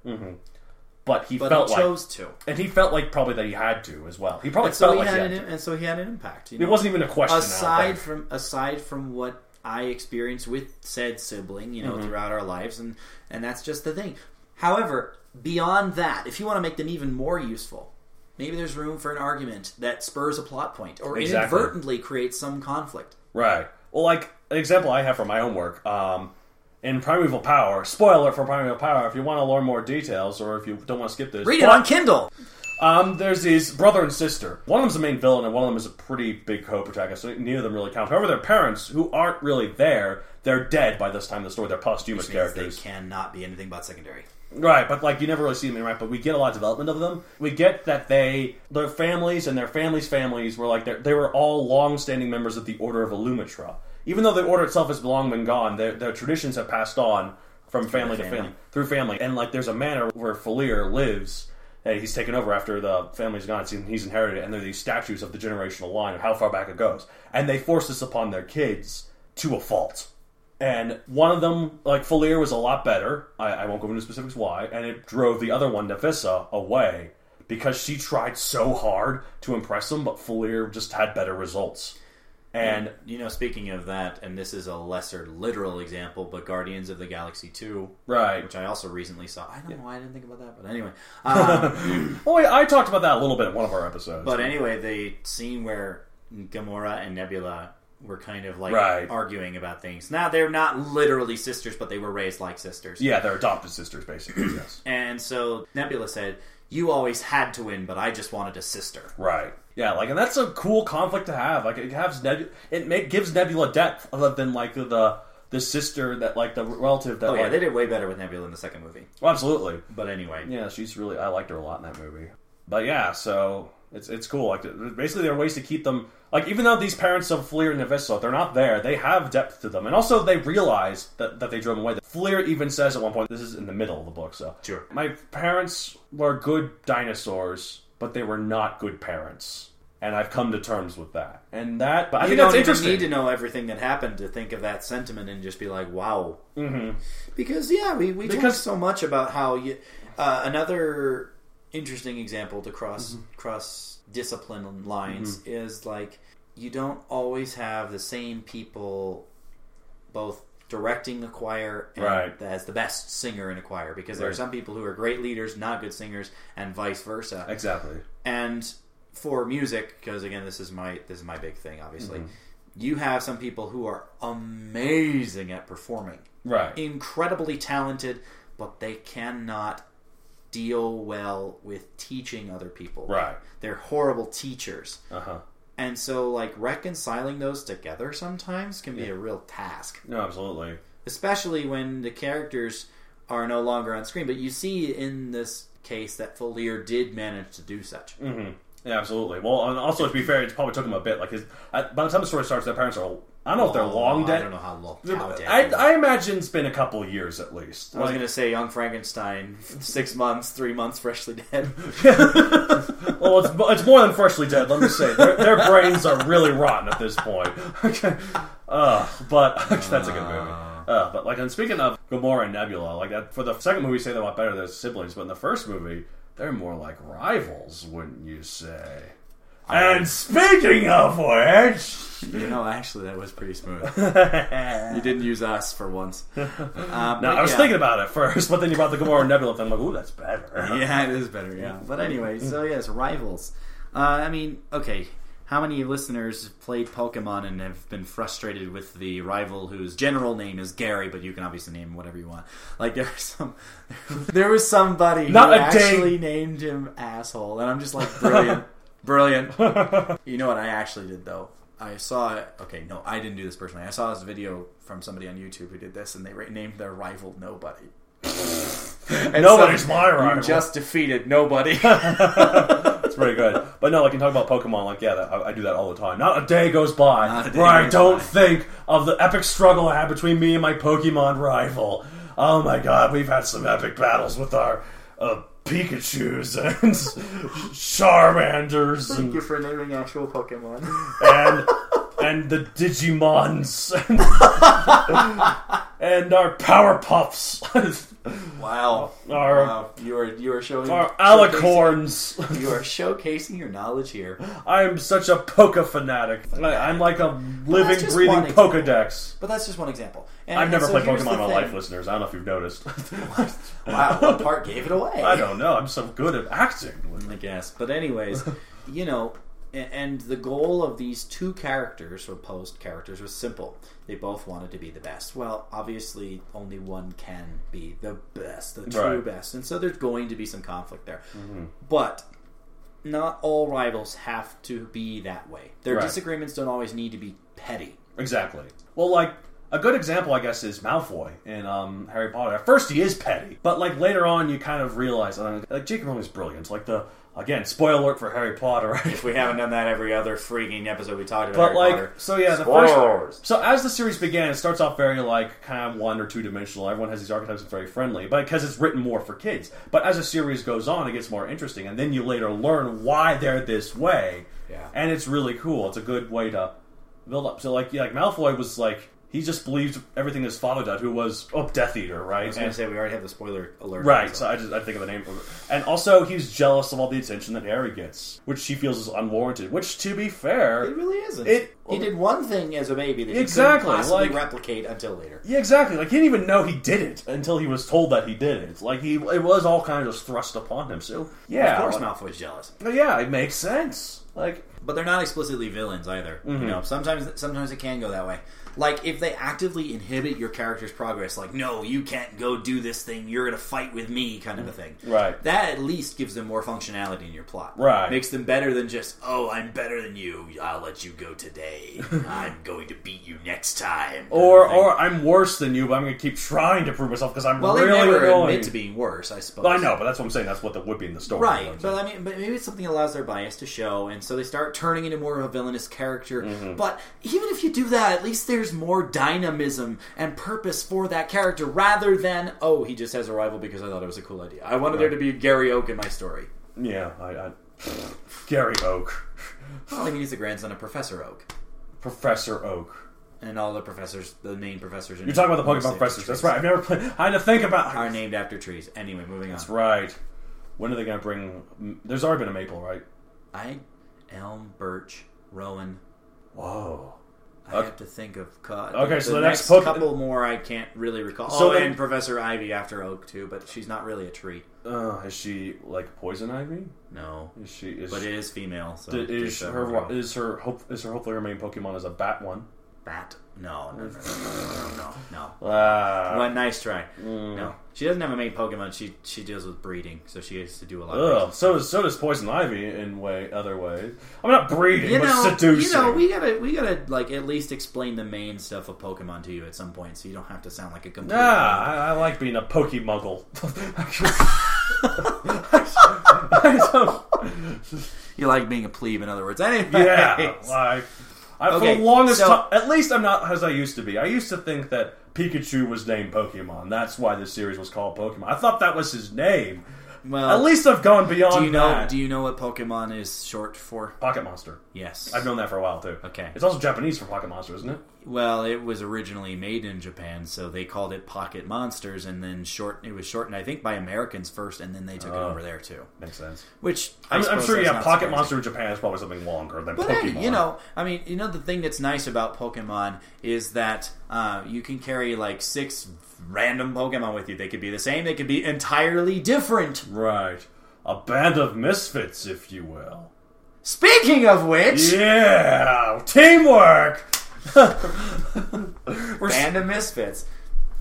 But he
but
Mm, felt
he
like,
chose to.
and he felt like probably that he had to as well. He probably
And so
felt
he
like he
had
had
an,
to.
and so he had an impact. You
It
know?
wasn't even a question. I don't
aside
think.
from aside from what I experienced with said sibling, you know, throughout our lives, and and that's just the thing. However, beyond that, if you want to make them even more useful, maybe there's room for an argument that spurs a plot point or
Exactly.
inadvertently creates some conflict.
Right. Well, like an example I have from my own work, um, in Primeval Power. Spoiler for Primeval Power. If you want to learn more details, or if you don't want to skip this,
Read it
but-
on Kindle.
Um, there's these brother and sister. One of them's the main villain, and one of them is a pretty big co-protagonist. So neither of them really count. However, their parents, who aren't really there, they're dead by this time in the story. They're posthumous
They
characters,
cannot be anything but secondary.
right? But like, you never really see them interact. But we get a lot of development of them. We get that they, their families, and their families' families were like they're- they were all long-standing members of the Order of Illumitra. Even though the order itself has long been gone, their, their traditions have passed on from family to
family.
family through family. And like, there's a manor where Falir lives that he's taken over after the family's gone. It's- He's inherited, it, and there are these statues of the generational line of how far back it goes. And they force this upon their kids to a fault. And one of them, like Falir, was a lot better. I, I won't go into specifics why. And it drove the other one, Nefissa, away because she tried so hard to impress him, but Falir just had better results. And
You know, speaking of that, and this is a lesser literal example, but Guardians of the Galaxy 2,
right,
which I also recently saw. I don't know why I didn't think about that, but anyway. Um,
oh, wait, I talked about that a little bit in one of our episodes.
but anyway, the scene where Gamora and Nebula were kind of like
Right.
arguing about things. Now they're not literally sisters, but they were raised like sisters.
Yeah, they're adopted sisters, basically. yes.
And so Nebula said, "You always had to win, but I just wanted a sister."
Right. Yeah, like, and that's a cool conflict to have. Like, it has Nebula. It make, gives Nebula depth other than like the the, the sister that like the relative that.
Oh yeah,
like-
they did way better with Nebula in the second movie.
Well, absolutely.
But anyway,
Yeah, she's really. I liked her a lot in that movie. But yeah, so it's it's cool. Like, basically, there are ways to keep them. Like, even though these parents of Fleer and Nevissa, they're not there. They have depth to them, and also they realize that that they drove them away. Fleer even says at one point, "This is in the middle of the book." So
Sure.
my parents were good dinosaurs, but they were not good parents. And I've come to terms with that. And that, but I
you
think
don't
that's
even
interesting.
need to know everything that happened to think of that sentiment and just be like, "Wow." Mm-hmm. Because yeah, we we talk
Because-
so much about how you. Uh, another interesting example to cross
Mm-hmm.
cross discipline lines is like you don't always have the same people both directing a choir and
Right.
as the best singer in a choir because there are
Right.
some people who are great leaders not good singers and vice versa
Exactly.
and for music because again this is my this is my big thing obviously you have some people who are amazing at performing
Right.
incredibly talented but they cannot deal well with teaching other people
Right.
they're horrible teachers
Uh huh.
and so like reconciling those together sometimes can be a real task
No, absolutely.
especially when the characters are no longer on screen but you see in this case that Folier did manage to do such
Yeah, absolutely. Well, and also to be fair, it probably took him a bit. Like his, I, by the time the story starts, their parents are. I don't know if they're
Oh,
long
I don't
dead.
know how long. How dead
I,
they were.
I imagine it's been a couple years at least.
I was
Like-
gonna say Young Frankenstein, six months, three months, freshly dead.
well, it's, it's more than freshly dead. Let me say their, their brains are really rotten at this point. Okay, uh, but that's a good movie. Uh, but like, and speaking of Gamora and Nebula, like that for the second movie, say they're a lot better. They're siblings, but in the first movie, they're more like rivals, wouldn't you say? And speaking of which,
you know, actually, that was pretty smooth. you didn't use us for once. Uh,
no, I was thinking about it first, but then you brought the Gamora and Nebula, thing. I'm like, ooh, that's better.
Yeah, it is better.
Mm-hmm.
Yeah, but anyway, so yes, rivals. Uh, I mean, okay. How many listeners have played Pokemon and have been frustrated with the rival whose general name is Gary, but you can obviously name him whatever you want? Like there was some, there was somebody
Not
who
a day-
actually named him asshole, and I'm just like brilliant, brilliant. You know what I actually did though? I saw okay, no, I didn't do this personally. I saw this video from somebody on YouTube who did this, and they ra- named their rival Nobody. And
Nobody's
so
my rival.
You just defeated Nobody.
It's pretty good. But no, like in talking about Pokemon, like yeah, that, I, I do that all the time. Not a day goes by
Not a day
where I
goes
don't
by.
think of the epic struggle I had between me and my Pokemon rival. Oh my god, we've had some epic battles with our uh, Pikachu's and Charmanders and
you for naming actual Pokemon.
and and the Digimons and, and our Powerpuffs,
Wow.
Our-
wow. You are you are showing
our Alicorns.
showcasing- You are showcasing your knowledge here.
I'm such a Poke fanatic. I, I'm like a living,
just
breathing
one example.
Pokedex.
But that's just one example. And,
I've
and
never
so
played Pokemon
here's
in
the
my
thing.
life, listeners. I don't know if you've noticed.
Wow, what part gave it away?
I don't know. I'm so good at acting.
I guess. But anyways, you know, a- and the goal of these two characters or post characters was simple. They both wanted to be the best. Well, obviously, only one can be the best, the true
Right. Mm-hmm.
best, and so there's going to be some conflict there. But not all rivals have to be that way. Their
Right.
disagreements don't always need to be petty.
Exactly. Well, like a good example, I guess, is Malfoy in um, Harry Potter. At first, he is petty, but like later on, you kind of realize uh, like J.K. Rowling is brilliant. Like the again, spoiler alert for Harry Potter. Right?
If we haven't done that every other freaking episode we talked about,
But
Harry
like,
Potter.
so yeah, the
Spoilers.
first. So as the series began, it starts off very like kind of one or two dimensional. Everyone has these archetypes, it's very friendly, but because it's written more for kids. But as the series goes on, it gets more interesting, and then you later learn why they're this way.
Yeah.
and it's really cool. It's a good way to build up. So like, yeah, like Malfoy was like he just believed everything his father did, who was a Death Eater, right?
I was going
And-
to say we already have the spoiler alert.
Right, so I just I think of the name, and also he's jealous of all the attention that Harry gets, which she feels is unwarranted. Which, to be fair,
It really isn't.
It-
he did one thing as a baby that
Exactly,
he couldn't possibly
like-
replicate until later.
Yeah, exactly. Like he didn't even know he did it until he was told that he did it. Like he, it was all kind of just thrust upon him. So yeah,
of course,
like-
Malfoy's jealous.
But yeah, it makes sense. Like
but they're not explicitly villains either.
Mm-hmm.
You know, sometimes sometimes it can go that way. Like if they actively inhibit your character's progress, like no, you can't go do this thing. You're gonna fight with me, kind of a thing.
Right.
That at least gives them more functionality in your plot.
Right.
Makes them better than just oh, I'm better than you. I'll let you go today. I'm going to beat you next time. kind of
Or,
thing.
or I'm worse than you, but I'm going to keep trying to prove myself because I'm
well,
really
they never
annoying.
admit to being worse. I suppose.
Well, I know, but that's what I'm saying. That's what that would be in the story.
Right, but I mean, but maybe it's something that allows their bias to show, and so they start turning into more of a villainous character.
Mm-hmm.
But even if you do that, at least there's more dynamism and purpose for that character rather than oh, he just has a rival because I thought it was a cool idea. I wanted there to be a Gary Oak in my story.
yeah, I, I, Gary Oak,
Well, I mean, he's the grandson of Professor Oak,
Professor Oak.
and all the professors, the main professors.
You're talking about the Pokemon professors. That's right. I've never played. I had to think about.
Are named after trees. Anyway, moving on.
That's right. When are they going to bring? There's already been a maple, right?
I, elm, birch, rowan.
Whoa.
I have to think of cut.
Okay, so the next Poke-
couple more I can't really recall.
So
oh,
then-
and Professor Ivy after Oak too, but she's not really a tree.
Uh, is she like poison ivy?
No,
Is she? Is
but
she,
it is female. So
is,
it's a
her wa- is her hope is her hopefully her main Pokemon is a bat one?
bat? No, no, no, no, no, no.
Ah.
One nice try.
mm.
No, she doesn't have a main Pokemon. She she deals with breeding, so she has to do a lot. of
Ugh, so does so does poison ivy in way other ways. I'm not breeding,
you
but
know,
seducing.
you know, we gotta we gotta like at least explain the main stuff of Pokemon to you at some point, so you don't have to sound like a complete.
Ah, I, I like being a Pokemuggle.
You like being a plebe, in other words. Anyway,
yeah, like I, for
Okay,
the longest
so-
time, at least I'm not as I used to be. I used to think that Pikachu was named Pokemon. That's why this series was called Pokemon. I thought that was his name.
Well,
At least I've gone beyond
Uh, Do you know?
that.
Do you know what Pokemon is short for?
Pocket Monster.
Yes.
I've known that for a while too.
Okay.
It's also Japanese for Pocket Monster, isn't it?
Well, it was originally made in Japan, so they called it Pocket Monsters, and then short. It was shortened, I think, by Americans first, and then they took it over there too.
Makes sense.
Which I
Oh. I'm, I'm
suppose
sure,
that's
yeah,
not
Pocket
surprising.
Monster in Japan is probably something longer than
But
Pokemon.
hey, you know, I mean, you know, the thing that's nice about Pokemon is that uh, you can carry like six random Pokemon with you. They could be the same. They could be entirely different.
Right. A band of misfits, if you will.
Speaking of which,
Yeah! Teamwork! We're s-
Band of Misfits.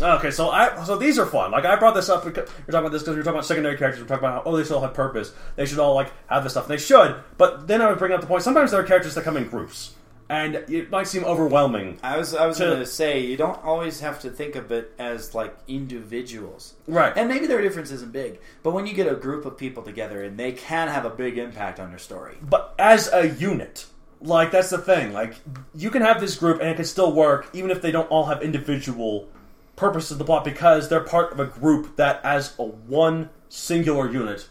okay, so I so these are fun. Like I brought this up because you're talking about this because we were talking about secondary characters. We're talking about how oh they should all have purpose. They should all like have this stuff. And they should. But then I would bring up the point. Sometimes there are characters that come in groups, and it might seem overwhelming.
I was I was
To-
going to say you don't always have to think of it as like individuals,
Right.
And maybe their difference isn't big, but when you get a group of people together and they can have a big impact on your story.
but as a unit like that's the thing like you can have this group and it can still work even if they don't all have individual purposes of the plot because they're part of a group that as a one singular unit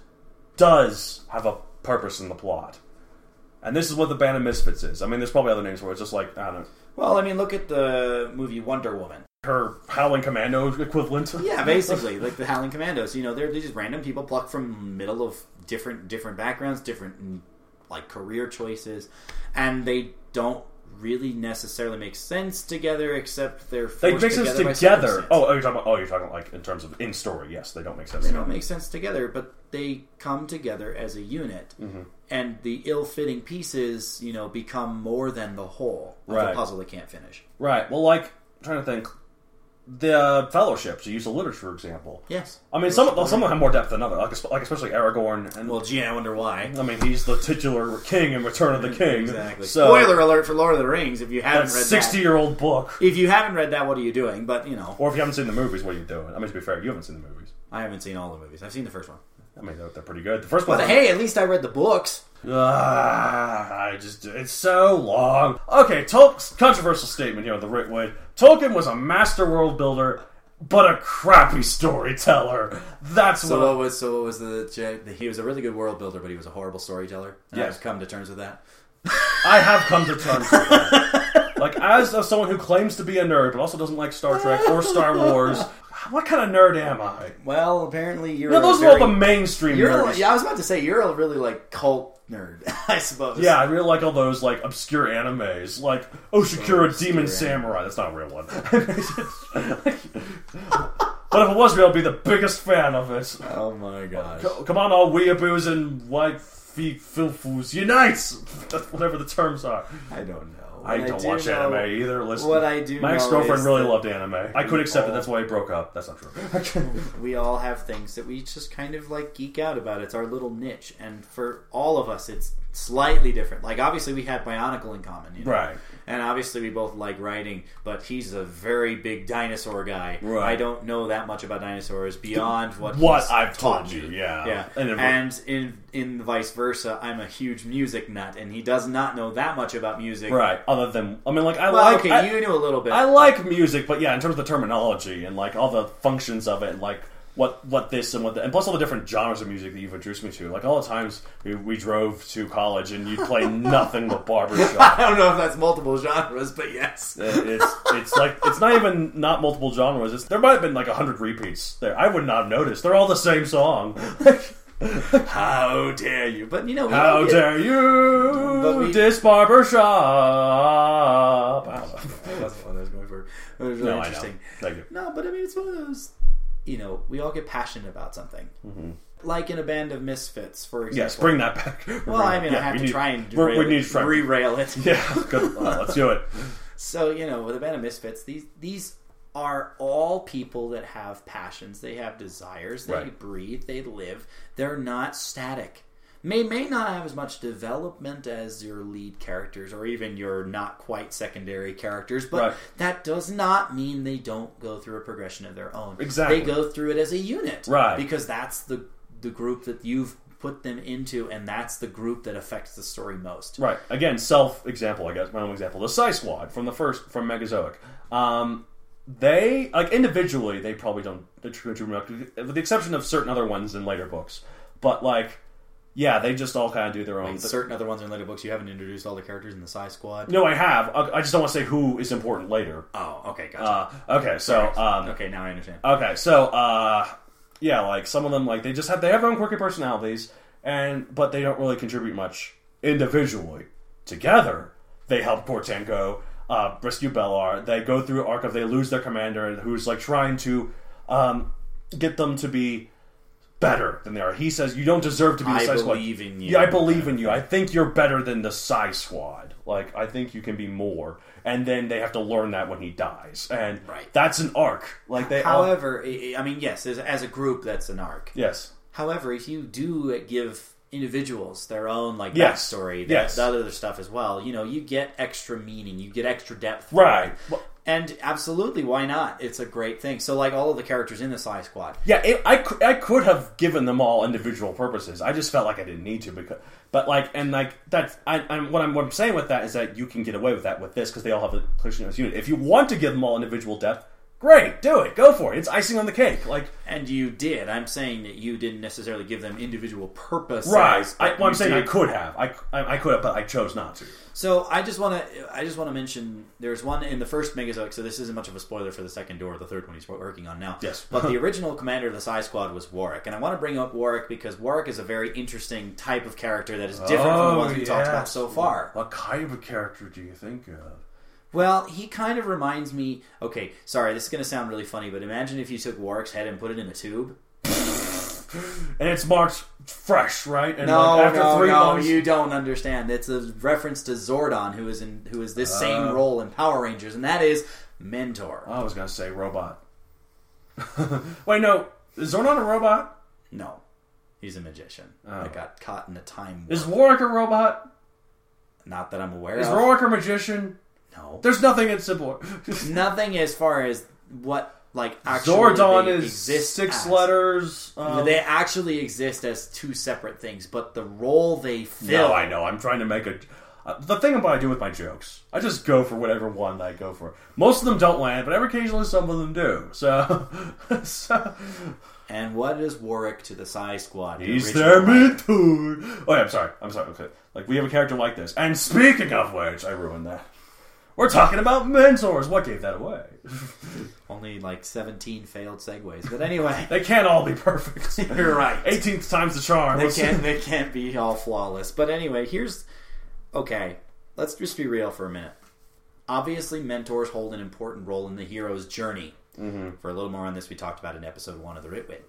does have a purpose in the plot and this is what the band of misfits is i mean there's probably other names where it's just like i don't know
Well, I mean, look at the movie Wonder Woman.
her howling commando equivalent
Yeah, basically, like the Howling Commandos. You know, they're, they're just random people plucked from middle of different different backgrounds, different mm, like career choices, and they don't really necessarily make sense together except they're
they
forced
make sense
together. by
together
circumstance.
oh, oh you're talking about oh you're talking like in terms of in story yes they don't make sense
they don't make sense together, but they come together as a unit, and the ill-fitting pieces, you know, become more than the whole of
Right.
the puzzle they can't finish.
Right. Well, like I'm trying to think, the uh, fellowships you use the literature for example.
Yes,
I mean, some well, some of them have more depth than other, like, esp- like especially Aragorn. And
Well, gee, I wonder why.
I mean, he's the titular king in Return of the King.
Exactly.
So,
Spoiler alert for Lord of the Rings. If you haven't
That
read that,
sixty-year-old book,
if you haven't read that, what are you doing? But you know,
or if you haven't seen the movies, what are you doing? I mean, to be fair, you haven't seen the movies.
I haven't seen all the movies. I've seen the first one.
I mean, they're, they're pretty good. The first one,
But hey, at least I read the books.
Ah, I just it's so long. Okay, Tol- controversial statement here on the right way. Tolkien was a master world builder, but a crappy storyteller. That's what.
So what was so what was the he was a really good world builder, but he was a horrible storyteller. And
Yes.
I've come to terms with that.
I have come to terms with that. Like, as a, someone who claims to be a nerd but also doesn't like Star Trek or Star Wars, what kind of nerd am I?
Well, apparently you're.
No,
a
those are all
very-
the mainstream
You're
nerds.
yeah, I was about to say you're a really like cult nerd, I suppose.
Yeah, I really like all those like obscure animes, like Oshakura Demon
anime.
Samurai. That's not a real one. But if it was me, I'd be the biggest fan of it.
Oh my gosh.
C- Come on, all weeaboos and white feet filfoos, unite! That's Whatever the terms are.
I don't know.
I
I
don't
do
watch
know-
anime either. Listen,
what I do
my
know
ex girlfriend
is
really
that-
loved anime. I could accept it.
all-
That's why I broke up. That's not true.
we all have things that we just kind of like geek out about. It's our little niche, and for all of us, it's slightly different. Like obviously, we have Bionicle in common, you know?
Right.
And obviously, we both like writing, but he's a very big dinosaur guy.
Right.
I don't know that much about dinosaurs beyond what
What
he's
I've told
taught
you,
me.
yeah,
yeah.
And
And,
if-
in in vice versa, I'm a huge music nut, and he does not know that much about music.
right. Other than, I mean, like I
Well,
like.
okay,
I,
you knew a little bit.
I like music, but yeah, in terms of the terminology and like all the functions of it, and, like what what this and what that, and plus all the different genres of music that you've introduced me to. Like all the times we, we drove to college and you'd play nothing but barbershop.
I don't know if that's multiple genres, but yes.
It- It's it's like it's not even not multiple genres. It's, there might have been like a hundred repeats there. I would not have noticed. They're all the same song.
How dare you? But you know, we
How
like it.
dare
But
you
we-
diss barbershop? I don't know.
That wasn't what I was going for. It was really
No, I know.
interesting.
Thank you.
No, but I mean, it's one of those. You know, we all get passionate about something, like in a band of misfits, for example.
Mm-hmm. Yes, bring that back.
Well, I mean, I have
we
to
need-
try and
we're-
derail
we need
it,
to try.
rerail it.
Yeah, good. Well, let's do it.
So you know, with a band of misfits, these these are all people that have passions. They have desires. They
Right.
breathe. They live. They're not static. May may not have as much development as your lead characters or even your not quite secondary characters, but
Right.
that does not mean they don't go through a progression of their own.
Exactly.
They go through it as a unit.
Right.
Because that's the the group that you've put them into and that's the group that affects the story most.
Right. Again, self example. I guess my own example. The Psy Squad from the first from Megazoic. Um, they like individually they probably don't contribute much, with the exception of certain other ones in later books. But like, yeah, they just all kind of do their own. thing.
Um, certain other ones in later books you haven't introduced all the characters in the Psy Squad.
no, I have. I, I just don't want to say who is important later.
Oh, okay, gotcha.
Uh, okay, so um,
okay, now I understand.
Okay, so uh, yeah, like some of them, like they just have they have their own quirky personalities, and but they don't really contribute much individually. Together, they help Portenko uh, rescue Belar. They go through arc of they lose their commander, and who's like trying to um, get them to be better than they are. He says, "You don't deserve to be the
I
Psy Squad."
believe in you.
Yeah, I believe in you. I think you're better than the Psy Squad. Like, I think you can be more. And then they have to learn that when he dies, and
Right.
that's an arc. Like they, all-
However, i I I mean, yes, as, as a group, that's an arc.
Yes.
However, if you do give individuals their own like
Yes.
backstory,
Yes.
that, that other stuff as well, you know, you get extra meaning, you get extra depth, from
Right.
it. And absolutely, why not? It's a great thing. So, like all of the characters in the Psy Squad,
Yeah, it, I, cou- I could have given them all individual purposes. I just felt like I didn't need to because, but like, and like that's I, I'm what I'm what I'm saying with that is that you can get away with that with this because they all have a collision as unit. If you want to give them all individual depth, great, do it, go for it. It's icing on the cake. Like,
and you did. I'm saying that you didn't necessarily give them individual purposes.
I,
but
well, I'm
you
saying I
did
could have, I, I, I could have, but I chose not to.
So I just want to, I just want to mention there's one in the first Megazoic. So this isn't much of a spoiler for the second door. The third one he's working on now.
Yes.
but the original commander of the Psy Squad was Warwick, and I want to bring up Warwick because Warwick is a very interesting type of character that is different from the ones we talked about
yes.
so far.
What kind of a character do you think of?
Well, he kind of reminds me. Okay, sorry, this is going to sound really funny, but imagine if you took Warwick's head and put it in a tube.
And it's marked fresh, right? And
No,
like, after
no,
three
no,
months,
you don't understand. It's a reference to Zordon, who is in, who is this same role in Power Rangers, and that is mentor.
Oh, I was gonna say robot. Wait, no, is Zordon a robot?
No, he's a magician. I got caught in a time.
Oh. Is
warp.
Warwick a robot?
Not that I'm aware
Is
of.
Warwick a magician?
no,
There's nothing in Sibor.
nothing as far as what like actually
Zordon
they
is
exist
six
as.
letters. Um,
They actually exist as two separate things, but the role they fill.
no, I know. I'm trying to make a. Uh, the thing about I do with my jokes, I just go for whatever one I go for. Most of them don't land, but every occasionally some of them do. So, so
and what is Warwick to the Psy Squad? the
He's
original
their
writer?
mentor. Oh, yeah, I'm sorry. I'm sorry. Okay. Like, we have a character like this. And speaking of which, I ruined that. We're talking about mentors. What gave that away?
Only like seventeen failed segues, but anyway,
They can't all be perfect.
you're right.
18th time's the charm.
They
Let's-
can't. They can't be all flawless. But anyway, here's okay. Let's just be real for a minute. Obviously, mentors hold an important role in the hero's journey.
Mm-hmm.
For a little more on this, we talked about in episode one of the Ritwit.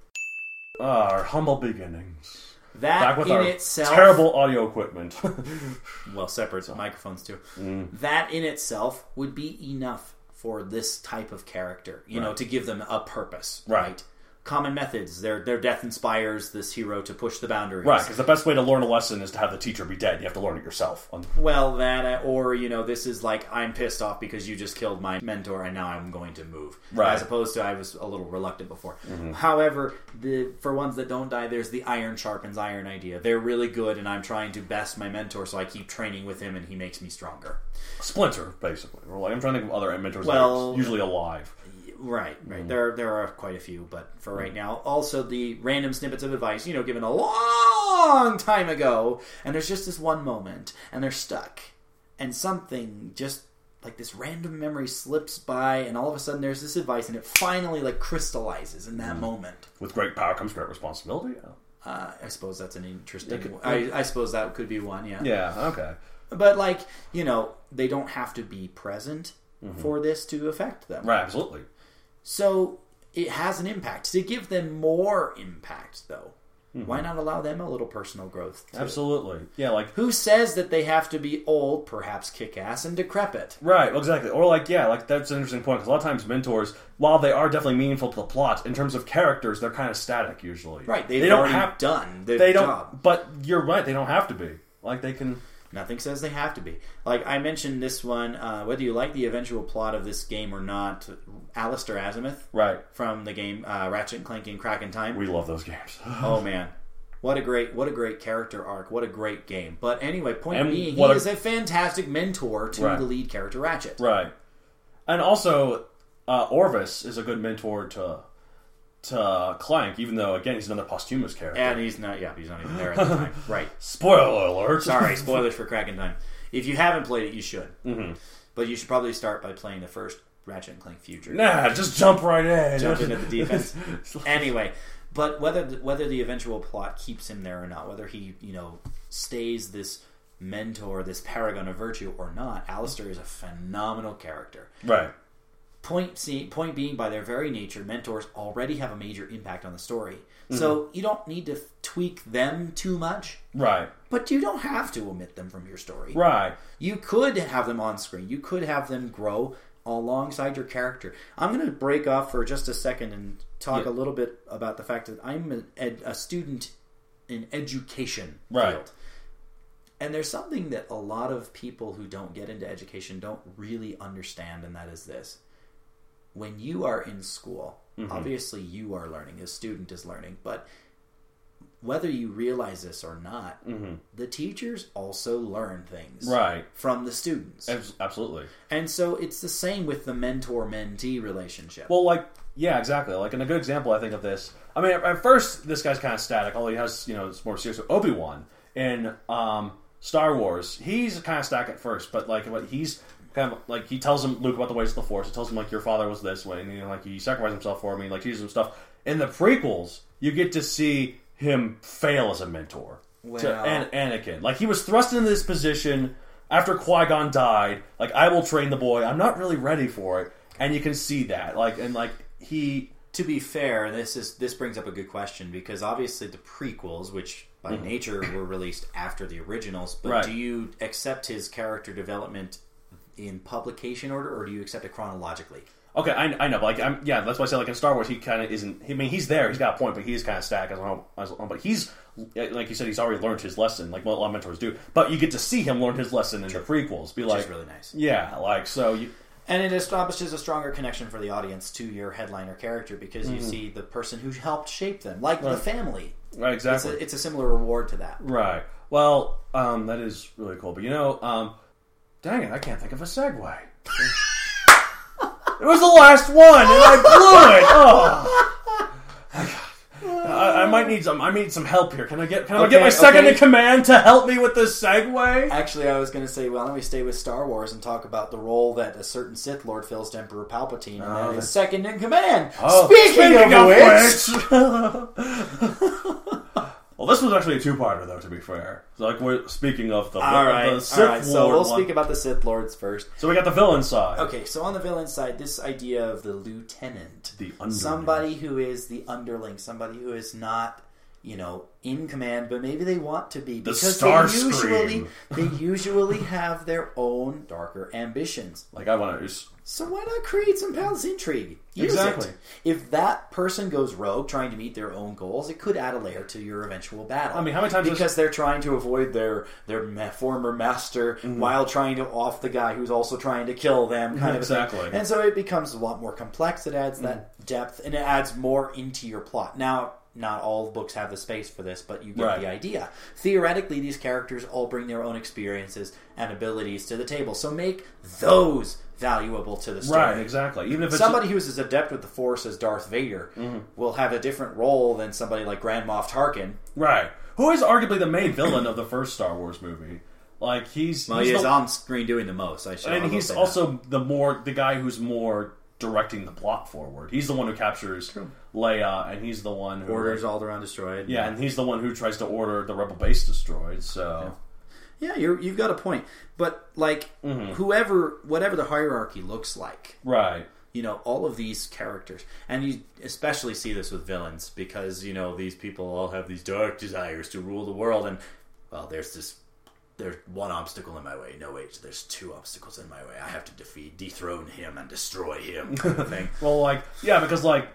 Our humble beginnings.
That
Back with
in
our
itself,
terrible audio equipment.
well, separate microphones too.
Mm.
That in itself would be enough for this type of character, you know, to give them a purpose,
Right.
Common methods. Their their death inspires this hero to push the boundaries.
right, because the best way to learn a lesson is to have the teacher be dead. You have to learn it yourself. Um,
Well, that uh, or you know, this is like I'm pissed off because you just killed my mentor, and now I'm going to move.
Right.
As opposed to I was a little reluctant before. However, the for ones that don't die, there's the iron sharpens iron idea. They're really good, and I'm trying to best my mentor, so I keep training with him, and he makes me stronger.
Splinter, basically. Or like, I'm trying to think of other mentors.
Well-
Well, usually alive.
Right, right. There, there are quite a few, but for right now, also the random snippets of advice, you know, given a long time ago, and there's just this one moment, and they're stuck, and something just like this random memory slips by, and all of a sudden there's this advice, and it finally like crystallizes in that moment.
With great power comes great responsibility. Yeah.
Uh, I suppose that's an interesting. I, I suppose that could be one, yeah.
Yeah, okay.
But like you know, they don't have to be present for this to affect them.
Right, absolutely.
So it has an impact. To give them more impact, though,
Mm-hmm.
why not allow them a little personal growth? too?
Absolutely. Yeah, like
Who says that they have to be old, perhaps kick ass, and decrepit?
Right, well, exactly. Or like, yeah, like that's an interesting point because a lot of times mentors, while they are definitely meaningful to the plot in terms of characters, they're kind of static usually.
Right, they've
they don't
already
have
done their
they don't.
job.
But you're right, they don't have to be. Like they can.
Nothing says they have to be. Like I mentioned this one, uh, whether you like the eventual plot of this game or not, Alistair Azimuth
Right,
from the game uh, Ratchet and Clank and Crack in Time.
we love those games.
Oh man, what a great what a great character arc. What a great game. But anyway, point
And
being, he
what a-
is a fantastic mentor to
Right.
the lead character Ratchet.
right, and also uh, Orvis is a good mentor to to Clank, even though again he's another posthumous character.
And he's not. Yeah, he's not even there at the time. Right.
Spoiler alert!
Sorry, spoilers for Kraken Time. If you haven't played it, you should. Mm-hmm. But you should probably start by playing the first Ratchet and Clank Future.
Nah, just jump right in.
Jump into the defense. anyway, but whether the, whether the eventual plot keeps him there or not, whether he you know stays this mentor, this paragon of virtue or not, Alistair is a phenomenal character.
Right.
point see, point being by their very nature mentors already have a major impact on the story so you don't need to f- tweak them too much
Right.
but you don't have to omit them from your story
Right.
you could have them on screen you could have them grow alongside your character i'm going to break off for just a second and talk a little bit about the fact that i'm an ed, a student in education
Right.
field and there's something that a lot of people who don't get into education don't really understand, and that is this. When you are in school, obviously you are learning, the student is learning, but whether you realize this or not, the teachers also learn things
Right.
from the students.
Abs- Absolutely.
And so it's the same with the mentor mentee relationship.
Well, like, yeah, exactly. Like, and a good example I think of this. I mean, at, at first, this guy's kind of static. Although he has, you know, it's more serious. Obi Wan in um, Star Wars, he's kind of static at first, but like, what he's kind of like he tells him Luke about the ways of the Force. He tells him like your father was this way, and you know, like he sacrificed himself for me, like he some stuff. In the prequels, you get to see him fail as a mentor to
Well-
An- Anakin. Like he was thrust into this position after Qui Gon died. Like I will train the boy. I'm not really ready for it, and you can see that. Like and like he
to be fair, this is this brings up a good question because obviously the prequels, which by nature were released after the originals, but
Mm-hmm. Right.
do you accept his character development in publication order, or do you accept it chronologically?
okay. I, I know. but, Like I'm yeah. That's why I say like in Star Wars he kind of isn't. He, I mean he's there. He's got a point, but he's kind of stacked as long. As long but he's like you said he's already learned his lesson. Like what a lot of mentors do. But you get to see him learn his lesson in the prequels. Be
Which
like
is really nice,
yeah. Like so you
and it establishes a stronger connection for the audience to your headliner character because you see the person who helped shape them, like the family.
Mm-hmm. right
It's
exactly.
a, it's a similar reward to that.
Right. Well, um, that is really cool. But you know, um, dang it, I can't think of a segue. it was the last one, and I blew it. Oh. I, I might need some. I need some help here. Can I get? Can I get
Okay,
my second
okay.
in command to help me with this segue?
Actually, I was going to say, well, why don't we stay with Star Wars and talk about the role that a certain Sith Lord fills to Emperor Palpatine, and that is second in command.
Oh,
speaking, of, which,
which- well, This was actually a two-parter, though. To be fair, like we're speaking of the,
All right,
the Sith
all right. So
Lord
we'll
one.
speak about the Sith Lords first.
so we got the villain side.
Okay, so on the villain side, this idea of the lieutenant,
The underling.
somebody who is the underling, somebody who is not, you know, in command, but maybe they want to be because they
Starscream.
usually they usually have their own darker ambitions.
Like I want to.
So why not create some palace intrigue? Use
Exactly.
It. If that person goes rogue, trying to meet their own goals, it could add a layer to your eventual battle.
I mean, how many times has-
Because they're trying to avoid their their ma- former master
Mm.
while trying to off the guy who's also trying to kill them, kind of a
Exactly.
thing. And so it becomes a lot more complex. It adds
Mm-hmm.
that depth and it adds more into your plot. Now. Not all books have the space for this, but you get
Right.
the idea. Theoretically, these characters all bring their own experiences and abilities to the table, so make those valuable to the story.
Right, exactly. Even if it's
Somebody who's as adept with the Force as Darth Vader
Mm-hmm.
will have a different role than somebody like Grand Moff Tarkin.
right, who is arguably the main villain of the first Star Wars movie? Like he's
Well,
he's
he is
the-
on screen doing the most. I should. I will
and he's
say
also the more the guy who's more directing the plot forward. He's the one who captures Leia, and he's the one who
that. orders Alderaan destroyed.
Yeah, and he's the one who tries to order the rebel base destroyed. So
yeah, you're, you've got a point. But like,
Mm-hmm.
whoever, whatever the hierarchy looks like,
right,
you know, all of these characters, and you especially see this with villains because you know these people all have these dark desires to rule the world, and well, there's this. There's one obstacle in my way. No, wait. There's two obstacles in my way. I have to defeat, dethrone him, and destroy him. Kind of thing.
well, like yeah, because like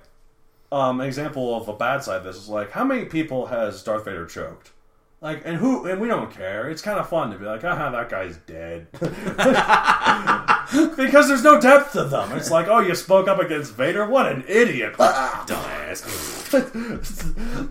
um, an example of a bad side of this is like how many people has Darth Vader choked? Like and who and we don't care. It's kind of fun to be like, ah, that guy's dead, because there's no depth to them. It's like, oh, you spoke up against Vader. What an idiot!
Dumbass.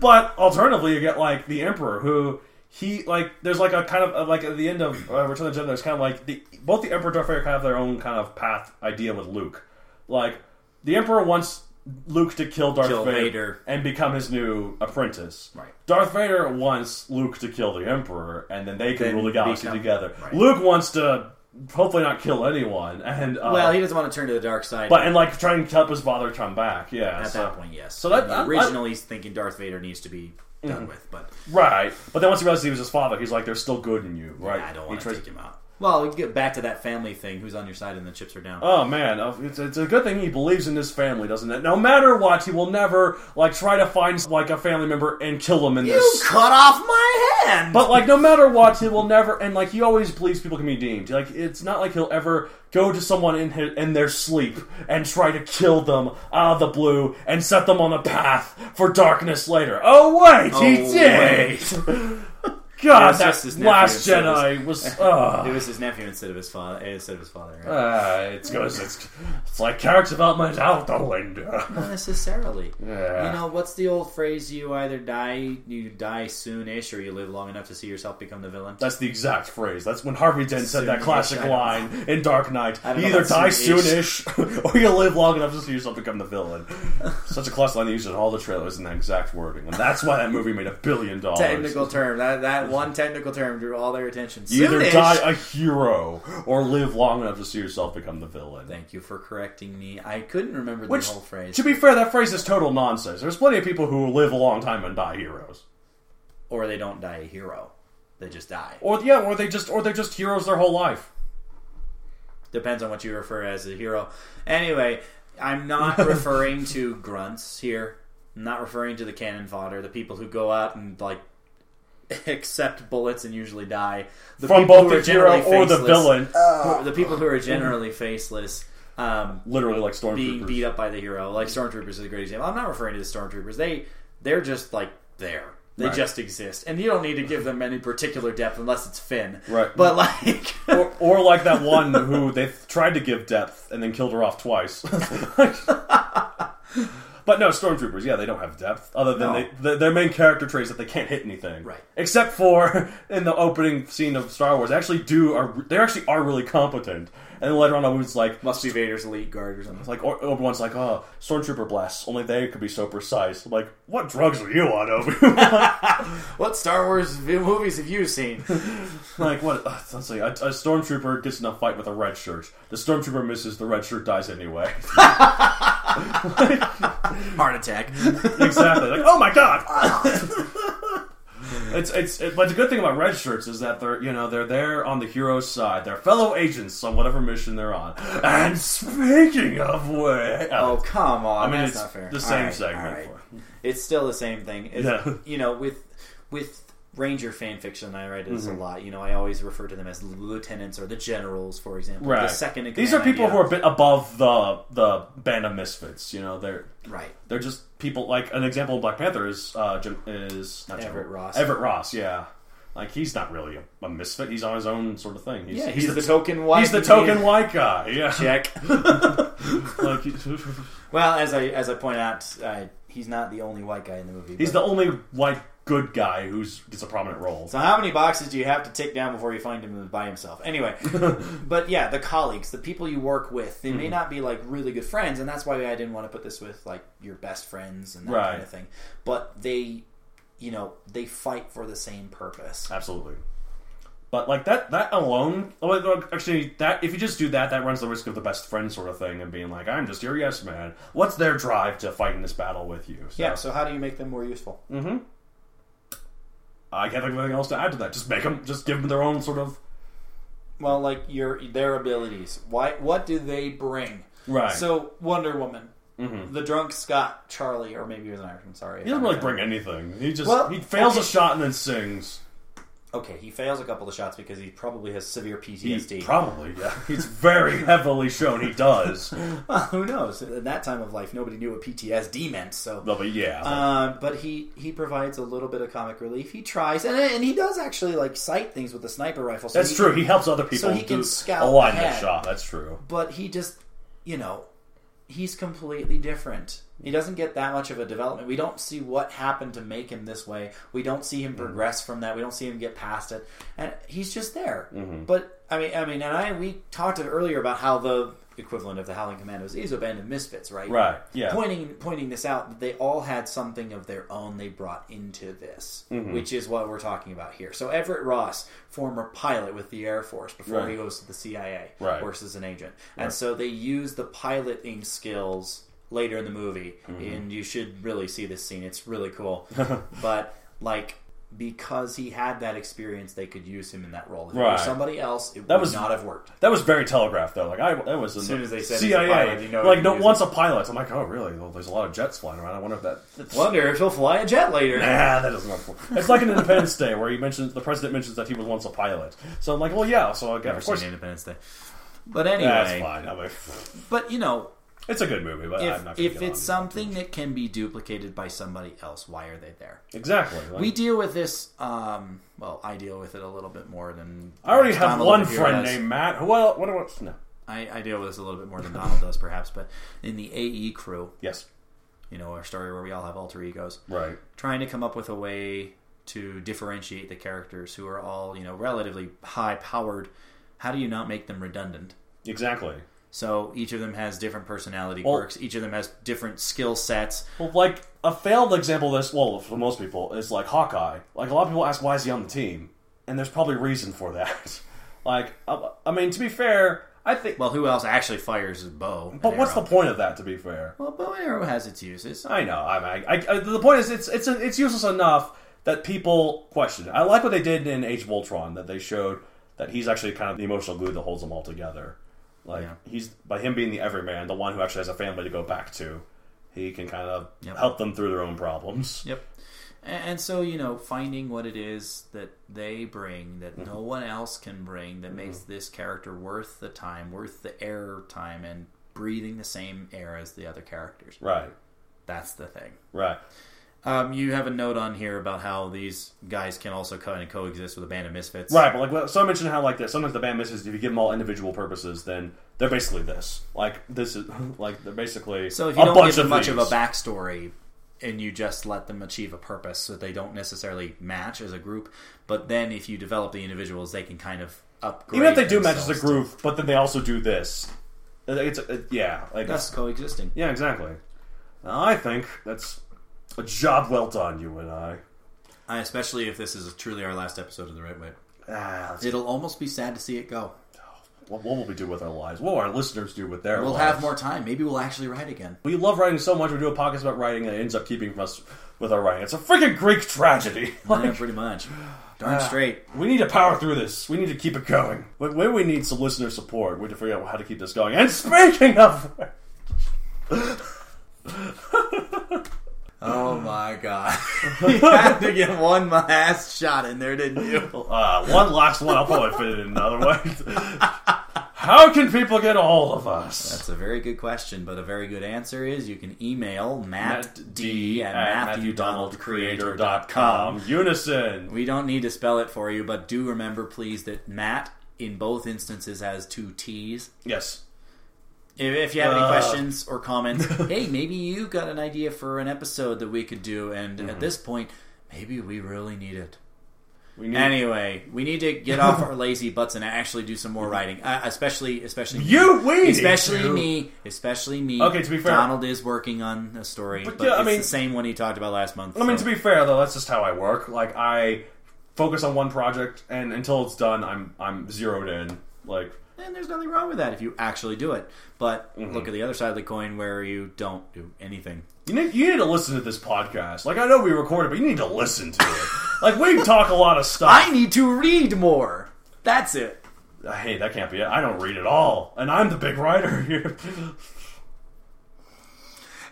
but alternatively, you get like the Emperor, who he like. There's like a kind of like at the end of uh, Return of the Jedi. There's kind of like the both the Emperor and Darth Vader kind of have their own kind of path idea with Luke. Like the Emperor wants Luke to kill Darth
Kill
Vader,
Vader.
and become his new apprentice.
Right.
Darth Vader wants Luke to kill the Emperor, and then they can
Then
rule the galaxy
become-
together.
right.
Luke wants to hopefully not kill anyone, and uh,
Well, he doesn't want to turn to the dark side.
but and like try and help his father come back. Yeah.
At
so-
that point, yes.
So that-
I mean,
I- Mm-hmm. I-
originally he's thinking Darth Vader needs to be done with, but
Right, but then once he realizes he was his father, he's like, "There's still good in you." Right?
I don't
He
want to
tries-
take him out. Well, we get back to that family thing. Who's on your side and the chips are down.
Oh man, uh, it's, it's a good thing he believes in his family, doesn't it? No matter what, he will never like try to find like a family member and kill him in this.
cut off my hand.
But like, no matter what, he will never and like he always believes people can be deemed. Like it's not like he'll ever go to someone in his, in their sleep and try to kill them out of the blue and set them on a path for darkness later. Oh wait, he
Oh,
did.
It
God,
was just his
that
nephew
last
that said
Jedi was. ugh.
it was his nephew instead of his father. Instead of his father. Right?
Uh, it's goes. It's, it's like character development out the window.
Not necessarily.
Yeah.
You know what's the old phrase? You either die, you die soonish, or you live long enough to see yourself become the villain.
That's the exact phrase. That's when Harvey Dent said that
Soonish,
classic
I don't
line in Dark Knight:
I don't
"You
know
either
about
die
soonish."
soonish, or you live long enough to see yourself become the villain." Such a classic line they used in all the trailers in that exact wording, and that's why that movie made a billion dollars.
Technical term. That that one technical term drew all their attention.
you either
Soonish.
die a hero or live long enough to see yourself become the villain.
Thank you for correcting me. I couldn't remember
Which,
the whole phrase.
to be fair, that phrase is total nonsense. There's plenty of people who live a long time and die heroes.
or they don't die a hero. They just die.
Or yeah, or they just or they're just heroes their whole life.
Depends on what you refer as a hero. Anyway, I'm not referring to grunts here. I'm not referring to the cannon fodder, the people who go out and like accept bullets and usually die. The
From
people
both
who
the
are generally
hero or the
faceless-
villain.
who- the people who are generally faceless. Um,
Literally like
being
stormtroopers.
beat up by the hero. Like stormtroopers is a great example. I'm not referring to the stormtroopers. They they're just like there. They
Right.
just exist, and you don't need to give them any particular depth unless it's Finn.
Right.
But like,
or, or like that one who they tried to give depth and then killed her off twice. but no, stormtroopers. Yeah, they don't have depth other than
No.
they, th- their main character traits that they can't hit anything.
Right.
Except for in the opening scene of Star Wars, they actually do are they actually are really competent. And then later on, I was like,
must be Vader's elite guard or something.
Like or- Obi-Wan's like, oh, stormtrooper blasts. Only they could be so precise. I'm like, what drugs are you on, Obi?
What Star Wars v- movies have you seen?
like what? Uh, let's see. A, a stormtrooper gets in a fight with a red shirt. The stormtrooper misses. The red shirt dies anyway.
Heart attack.
exactly. Like, oh my god. It's it's it, but the good thing about red shirts is that they're you know they're there on the hero's side. They're fellow agents on whatever mission they're on. And speaking of which,
Oh come
I
on!
mean,
that's
it's
not fair.
the same
Alright,
segment.
alright. It's still the same thing. It's,
Yeah.
You know, with with Ranger fan fiction, I write
Mm-hmm.
this a lot. You know, I always refer to them as lieutenants or the generals, for example.
Right.
The second. in
These are
command
people who
idea.
are a bit above the the band of misfits. You know, they're
right.
they're just people. Like an example of Black Panther is uh, Jim, is not Jim-
Everett Ross.
Everett Ross, yeah. Like he's not really a, a misfit. He's on his own sort of thing. He's,
Yeah,
he's, the,
he's, the token white.
he's the
man.
token white guy. Yeah,
Check.
like he-
well, as I as I point out, uh, he's not the only white guy in the movie.
He's
but-
the only white good guy who's gets a prominent role.
So how many boxes do you have to tick down before you find him by himself? Anyway, but yeah, the colleagues, the people you work with, they
Mm-hmm.
may not be like really good friends, and that's why I didn't want to put this with like your best friends and that
Right.
kind of thing. But they, you know, they fight for the same purpose.
Absolutely. But like that, that alone. oh, wait, look, Actually, that if you just do that, that runs the risk of the best friend sort of thing and being like, "I'm just your yes man." What's their drive to fight in this battle with you? So,
Yeah. So how do you make them more useful?
I can't think of anything else to add to that. Just make them, just give them their own sort of
Well, like your their abilities. Why? What do they bring?
right. Mm-hmm.
So Wonder Woman, the drunk Scott, Charlie, or maybe he was an Irishman. Sorry,
he doesn't really bring anything. He just
Well,
he fails a
okay.
shot and then sings.
Okay, he fails a couple of shots because he probably has severe
He
PTSD.
probably yeah. He's very heavily shown he does.
Well, who knows? In that time of life, nobody knew what PTSD meant. So,
But, but yeah,
uh, but he he provides a little bit of comic relief. He tries, and and he does actually like sight things with the sniper rifle. So
that's
he-
true. He helps other people
he can
do
scout
align the
ahead.
shot. That's true.
But he just, you know, he's completely different. He doesn't get that much of a development. We don't see what happened to make him this way. We don't see
Mm-hmm.
him progress from that. We don't see him get past it, and he's just there.
Mm-hmm.
But I mean, I mean, and I we talked earlier about how the equivalent of the Howling Commandos is a band of misfits, right?
Right. Yeah.
pointing pointing this out that they all had something of their own they brought into this,
Mm-hmm.
which is what we're talking about here. So Everett Ross, former pilot with the Air Force before
Right.
he goes to the CIA,
Right.
works as an agent, and so they use the piloting skills later in the movie,
Mm-hmm.
and you should really see this scene. It's really cool, but like. Because he had that experience, they could use him in that role. If it
Right.
was somebody else, it
That
would
was-
not have worked.
That was very telegraphed, though. Like I, that was as
soon as they said he's a
CIA.
pilot, you know
like
he
no,
was a-
once a pilot, I'm like, oh really? Well, there's a lot of jets flying around. I wonder if that.
Wonder if he'll fly a jet later.
Nah, that doesn't work. It's like an Independence Day where he mentions the president mentions that he was once a pilot. So I'm like, well, yeah. So I guess, of
Never
course,
seen Independence Day. But anyway,
that's fine. I mean,
But you know,
it's a good movie, but I'm
if
not. gonna
if
get on
it's
it.
something that can be duplicated by somebody else, why are they there?
exactly, like,
We deal with this. Um, well, I deal with it a little bit more than
I already have
Donald
one
here
friend
does.
named Matt. Who well, what? What? No.
I, I deal with this a little bit more than Donald does, perhaps. But in the AE crew,
Yes.
you know, our story where we all have alter egos,
Right.
trying to come up with a way to differentiate the characters who are all you know relatively high powered. How do you not make them redundant?
Exactly.
So each of them has different personality
Well-
quirks. Each of them has different skill sets.
Well, like a failed example of this, well, for most people, is like Hawkeye. Like a lot of people ask, why is he on the team? And there's probably a reason for that. like, I, I mean, to be fair, I think.
Well, who else actually fires his bow?
but what's Oh. the point of that? To be fair,
well? Bow and arrow has its uses.
I know. I, mean, I, I the point is, it's it's it's useless enough that people question. it. I like what they did in Age of Ultron that they showed that he's actually kind of the emotional glue that holds them all together. Like
Yeah.
he's by him being the everyman, the one who actually has a family to go back to. He can kind of
Yep.
help them through their own problems.
Yep. A- And so you know, finding what it is that they bring that no
Mm-hmm.
one else can bring that makes this character worth the time, worth the air time, and breathing the same air as the other characters.
Right.
That's the thing.
Right.
Um, you have a note on here about how these guys can also kind of coexist with a band of misfits.
Right, but like well, so I mentioned how like this sometimes the band misses if you give them all individual purposes, then they're basically this. Like this is like they're basically
So if you
a
don't
bunch
give them
of
much of a
these.
backstory and you just let them achieve a purpose so they don't necessarily match as a group, but then if you develop the individuals, they can kind of upgrade.
even if they do match as a
themselves to-
groove, but then they also do this. It- It's it- yeah, like
That's coexisting.
yeah, exactly. I think that's a job well done, you and I.
I, especially if this is truly our last episode of The Right Way.
Ah, that's-
It'll almost be sad to see it go.
what, what will we do with our lives? What will our listeners do with their
We'll
lives?
have more time. Maybe we'll actually write again.
We love writing so much. We do a podcast about writing, and it ends up keeping us with our writing. It's a freaking Greek tragedy. Like,
yeah, pretty much. Darn straight.
we need to power through this. We need to keep it going. Where, where we need some listener support, we need to figure out how to keep this going. And speaking of,
Oh my god. you had to get one last shot in there, didn't you?
uh, one last one, I'll probably fit it in another way. how can people get a hold of us?
That's a very good question, but a very good answer is you can email Matt,
Matt
D at MatthewDonaldCreator.com.
MatthewDonaldCreator.com. Unison.
We don't need to spell it for you, but do remember, please, that Matt in both instances has two T's.
Yes.
If, if you have any
Uh.
questions or comments, hey, maybe you got an idea for an episode that we could do, and
Mm-hmm.
at this point, maybe we really need it.
We need
Anyway, we need to get off our lazy butts and actually do some more writing, uh, especially especially me.
Mm-hmm. you. We need
especially
to.
me, especially me.
Okay, to be fair-
Donald is working on a story, but,
But, yeah, I
it's
mean-
the same one he talked about last month.
I mean,
so-
to be fair though, that's just how I work. Like I focus on one project, and until it's done, I'm I'm zeroed in. Like
and there's nothing wrong with that if you actually do it. But
Mm-hmm.
look at the other side of the coin where you don't do anything.
you need you need to listen to this podcast. Like I know we record it, but you need to listen to it. like we talk a lot of stuff.
I need to read more. That's it.
hey, that can't be it. I don't read at all, and I'm the big writer here.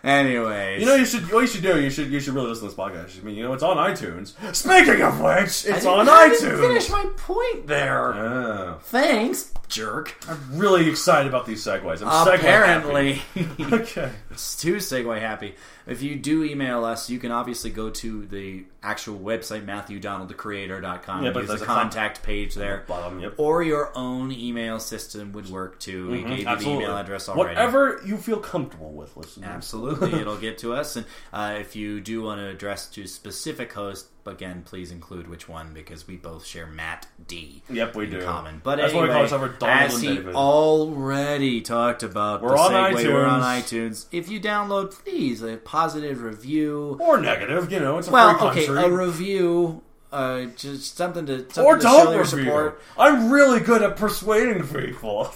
Anyways,
you know, you should what you should do. You should you should really listen to this podcast. I mean, you know, it's on iTunes. Speaking of which, it's on
I didn't
iTunes.
finish my point there.
Oh,
Thanks, jerk.
I'm really excited about these segues. I'm segue happy.
Apparently.
okay.
It's too segue happy. If you do email us, you can obviously go to the actual website, MatthewDonaldTheCreator.com.
Yeah,
and
but
use
there's
the
a con-
contact page there.
Bottom. Yep. Mm-hmm,
Or your own email system would work too. We gave you
Absolutely.
the email address already.
Whatever you feel comfortable with, listen.
Absolutely, it'll get to us. And uh, if you do want to address to specific host, again, please include which one because we both share Matt D.
Yep, we
in
do.
Common, but
That's why we call
anyway,
each other Donald
as
and
he
David.
already talked about,
We're
the
on
segue, We're on
iTunes.
iTunes. If you download, please a positive review.
Or negative, you know, it's a
Well,
free
okay,
country.
a review, uh, just something to something
or
to show
don't
your
review.
support.
I'm really good at persuading people.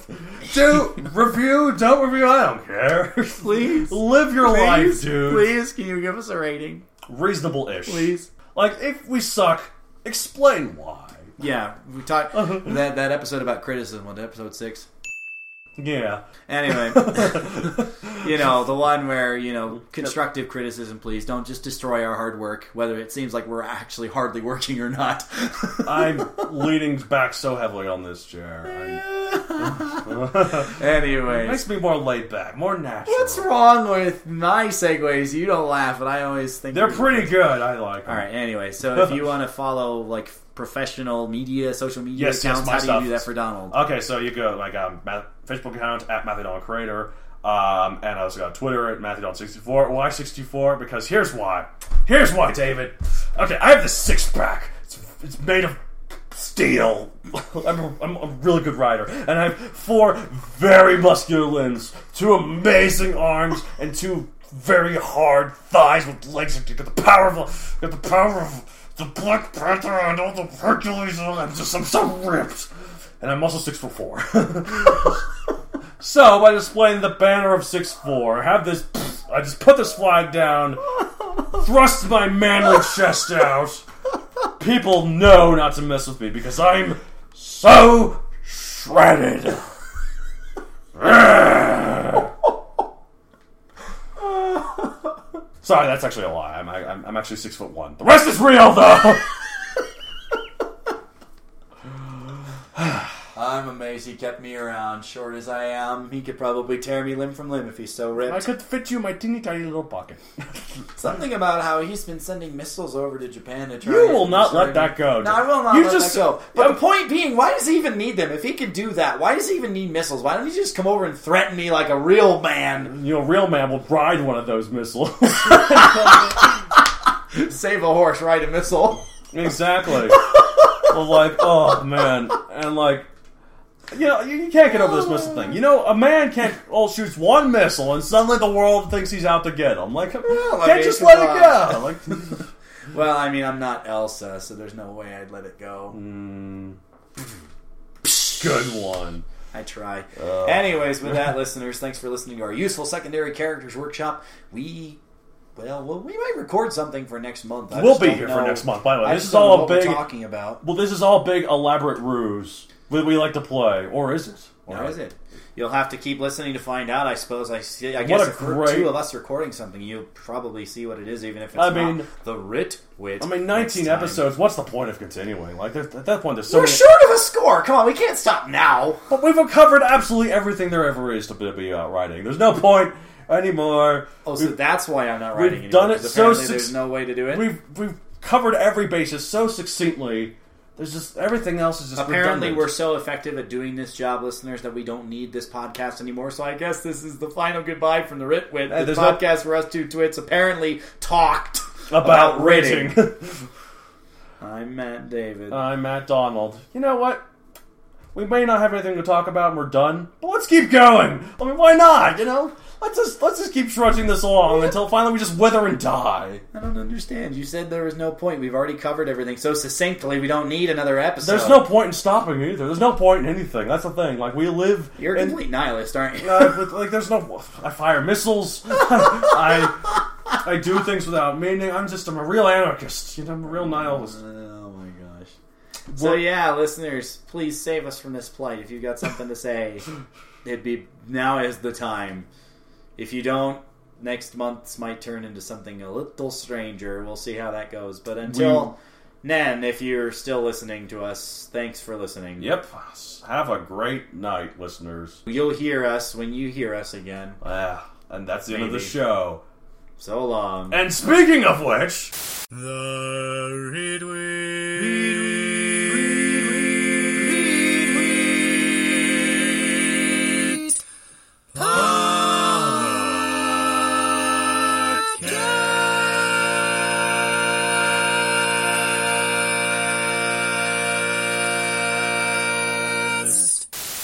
do review, don't review, I don't care.
Please.
Live your life, dude.
Please, can you give us a rating?
Reasonable ish.
Please.
Like, if we suck, explain why.
Yeah, we talked that that episode about criticism, was it episode six.
Yeah.
Anyway, you know, the one where, you know, constructive criticism, please. Don't just destroy our hard work, whether it seems like we're actually hardly working or not.
I'm leaning back so heavily on this chair. i
Anyways,
makes me more laid back, more natural.
What's
wrong with my segues? You don't laugh, and I always think
They're pretty good, I like them.
All right, anyway, so if you want to follow, like, professional media, social media
Yes, yes,
accounts,
my
how
stuff.
do you do that for Donald?
Okay, so you go like um, Math- Facebook account at Matthew Donald Creator, um, and I also got Twitter at Matthew Donald sixty four. Why sixty four? Because here's why. Here's why, David. Okay, I have this six pack. It's, it's made of steel. I'm a, I'm a really good rider, and I have four very muscular limbs, two amazing arms, and two very hard thighs with legs that got the power of got the power of the Black Panther and all the Hercules. And all. I'm just I'm so ripped, and I'm also six foot four. So by displaying the banner of six four, have this. I just put this flag down, thrust my manly chest out. People know not to mess with me because I'm so shredded. Sorry, that's actually a lie. I'm, I'm, I'm actually six foot one. The rest is real, though.
I'm amazed he kept me around, short as I am. He could probably tear me limb from limb if he's so ripped.
I could fit you in my teeny tiny little pocket.
Something about how he's been sending missiles over to Japan to try.
You
and
will not
destroy
let that go.
No, I will not
You
let
just-
that go. But
Yeah.
the point being, why does he even need them? If he could do that, why does he even need missiles? Why don't he just come over and threaten me like a real man?
You know, real man will ride one of those missiles.
Save a horse, ride a missile.
Exactly. well, like, oh man, and like, you know, you, you can't get over this missile thing. You know, a man can't all shoots one missile, and suddenly the world thinks he's out to get him. Like, can't
mean,
just
come
let
on.
it go. Like,
Well, I mean, I'm not Elsa, so there's no way I'd let
Mm.
it go.
Hmm. good one.
I try.
Uh.
Anyways, with that, listeners, thanks for listening to our useful secondary characters workshop. We Well, well, we might record something for next month. I
We'll
just
be
don't
here
know-
for next month. By the way,
I
this
just
is
don't know
all a
what we're
big.
talking about.
Well, this is all a big elaborate ruse that we like to play, or is it? Or
Or is it? You'll have to keep listening to find out. I suppose. I see. I
What
guess
a
if we're
great-
two of us recording something, you'll probably see what it is, even if it's
I
not
mean-
the writ wit.
I mean, 19
next time.
episodes. What's the point of continuing? Like there's- at that point, there's so
We're
many.
short of a score. Come on, we can't stop now.
But we've covered absolutely everything there ever is to be be about writing. There's no point anymore.
Oh, so that's why I'm not writing.
we've done
anymore,
it
'cause
so
apparently
succ-
There's no way to do it.
We've we've covered every basis so succinctly. There's just everything else is just
Apparently,
redundant.
we're so effective at doing this job, listeners, that we don't need this podcast anymore. So I guess this is the final goodbye from the Rit Wit,
Hey,
the
Uh, there's no-
podcast where us two twits apparently talked
about,
writing.
rating.
I'm Matt David.
I'm Matt Donald. You know what? We may not have anything to talk about, and we're done. But let's keep going. I mean, why not? You know, let's just let's just keep trudging this along until finally we just wither and die.
I don't understand. You said there was no point. We've already covered everything so succinctly. We don't need another episode.
There's no point in stopping either. There's no point in anything. That's the thing. Like we live
You're a
in
complete nihilist, aren't you?
uh, with, like there's no I fire missiles. I I do things without meaning. I'm just I'm a real anarchist. You know, I'm a real nihilist.
Oh my gosh. So yeah, listeners, please save us from this plight. If you've got something to say, it'd be now is the time. If you don't, next month's might turn into something a little stranger. We'll see how that goes. But until then, if you're still listening to us, thanks for listening.
Yep. Have a great night, listeners.
You'll hear us when you hear us again.
Ah, and that's the end of the
Maybe.
show.
So long.
And speaking of which.
The Ridwick.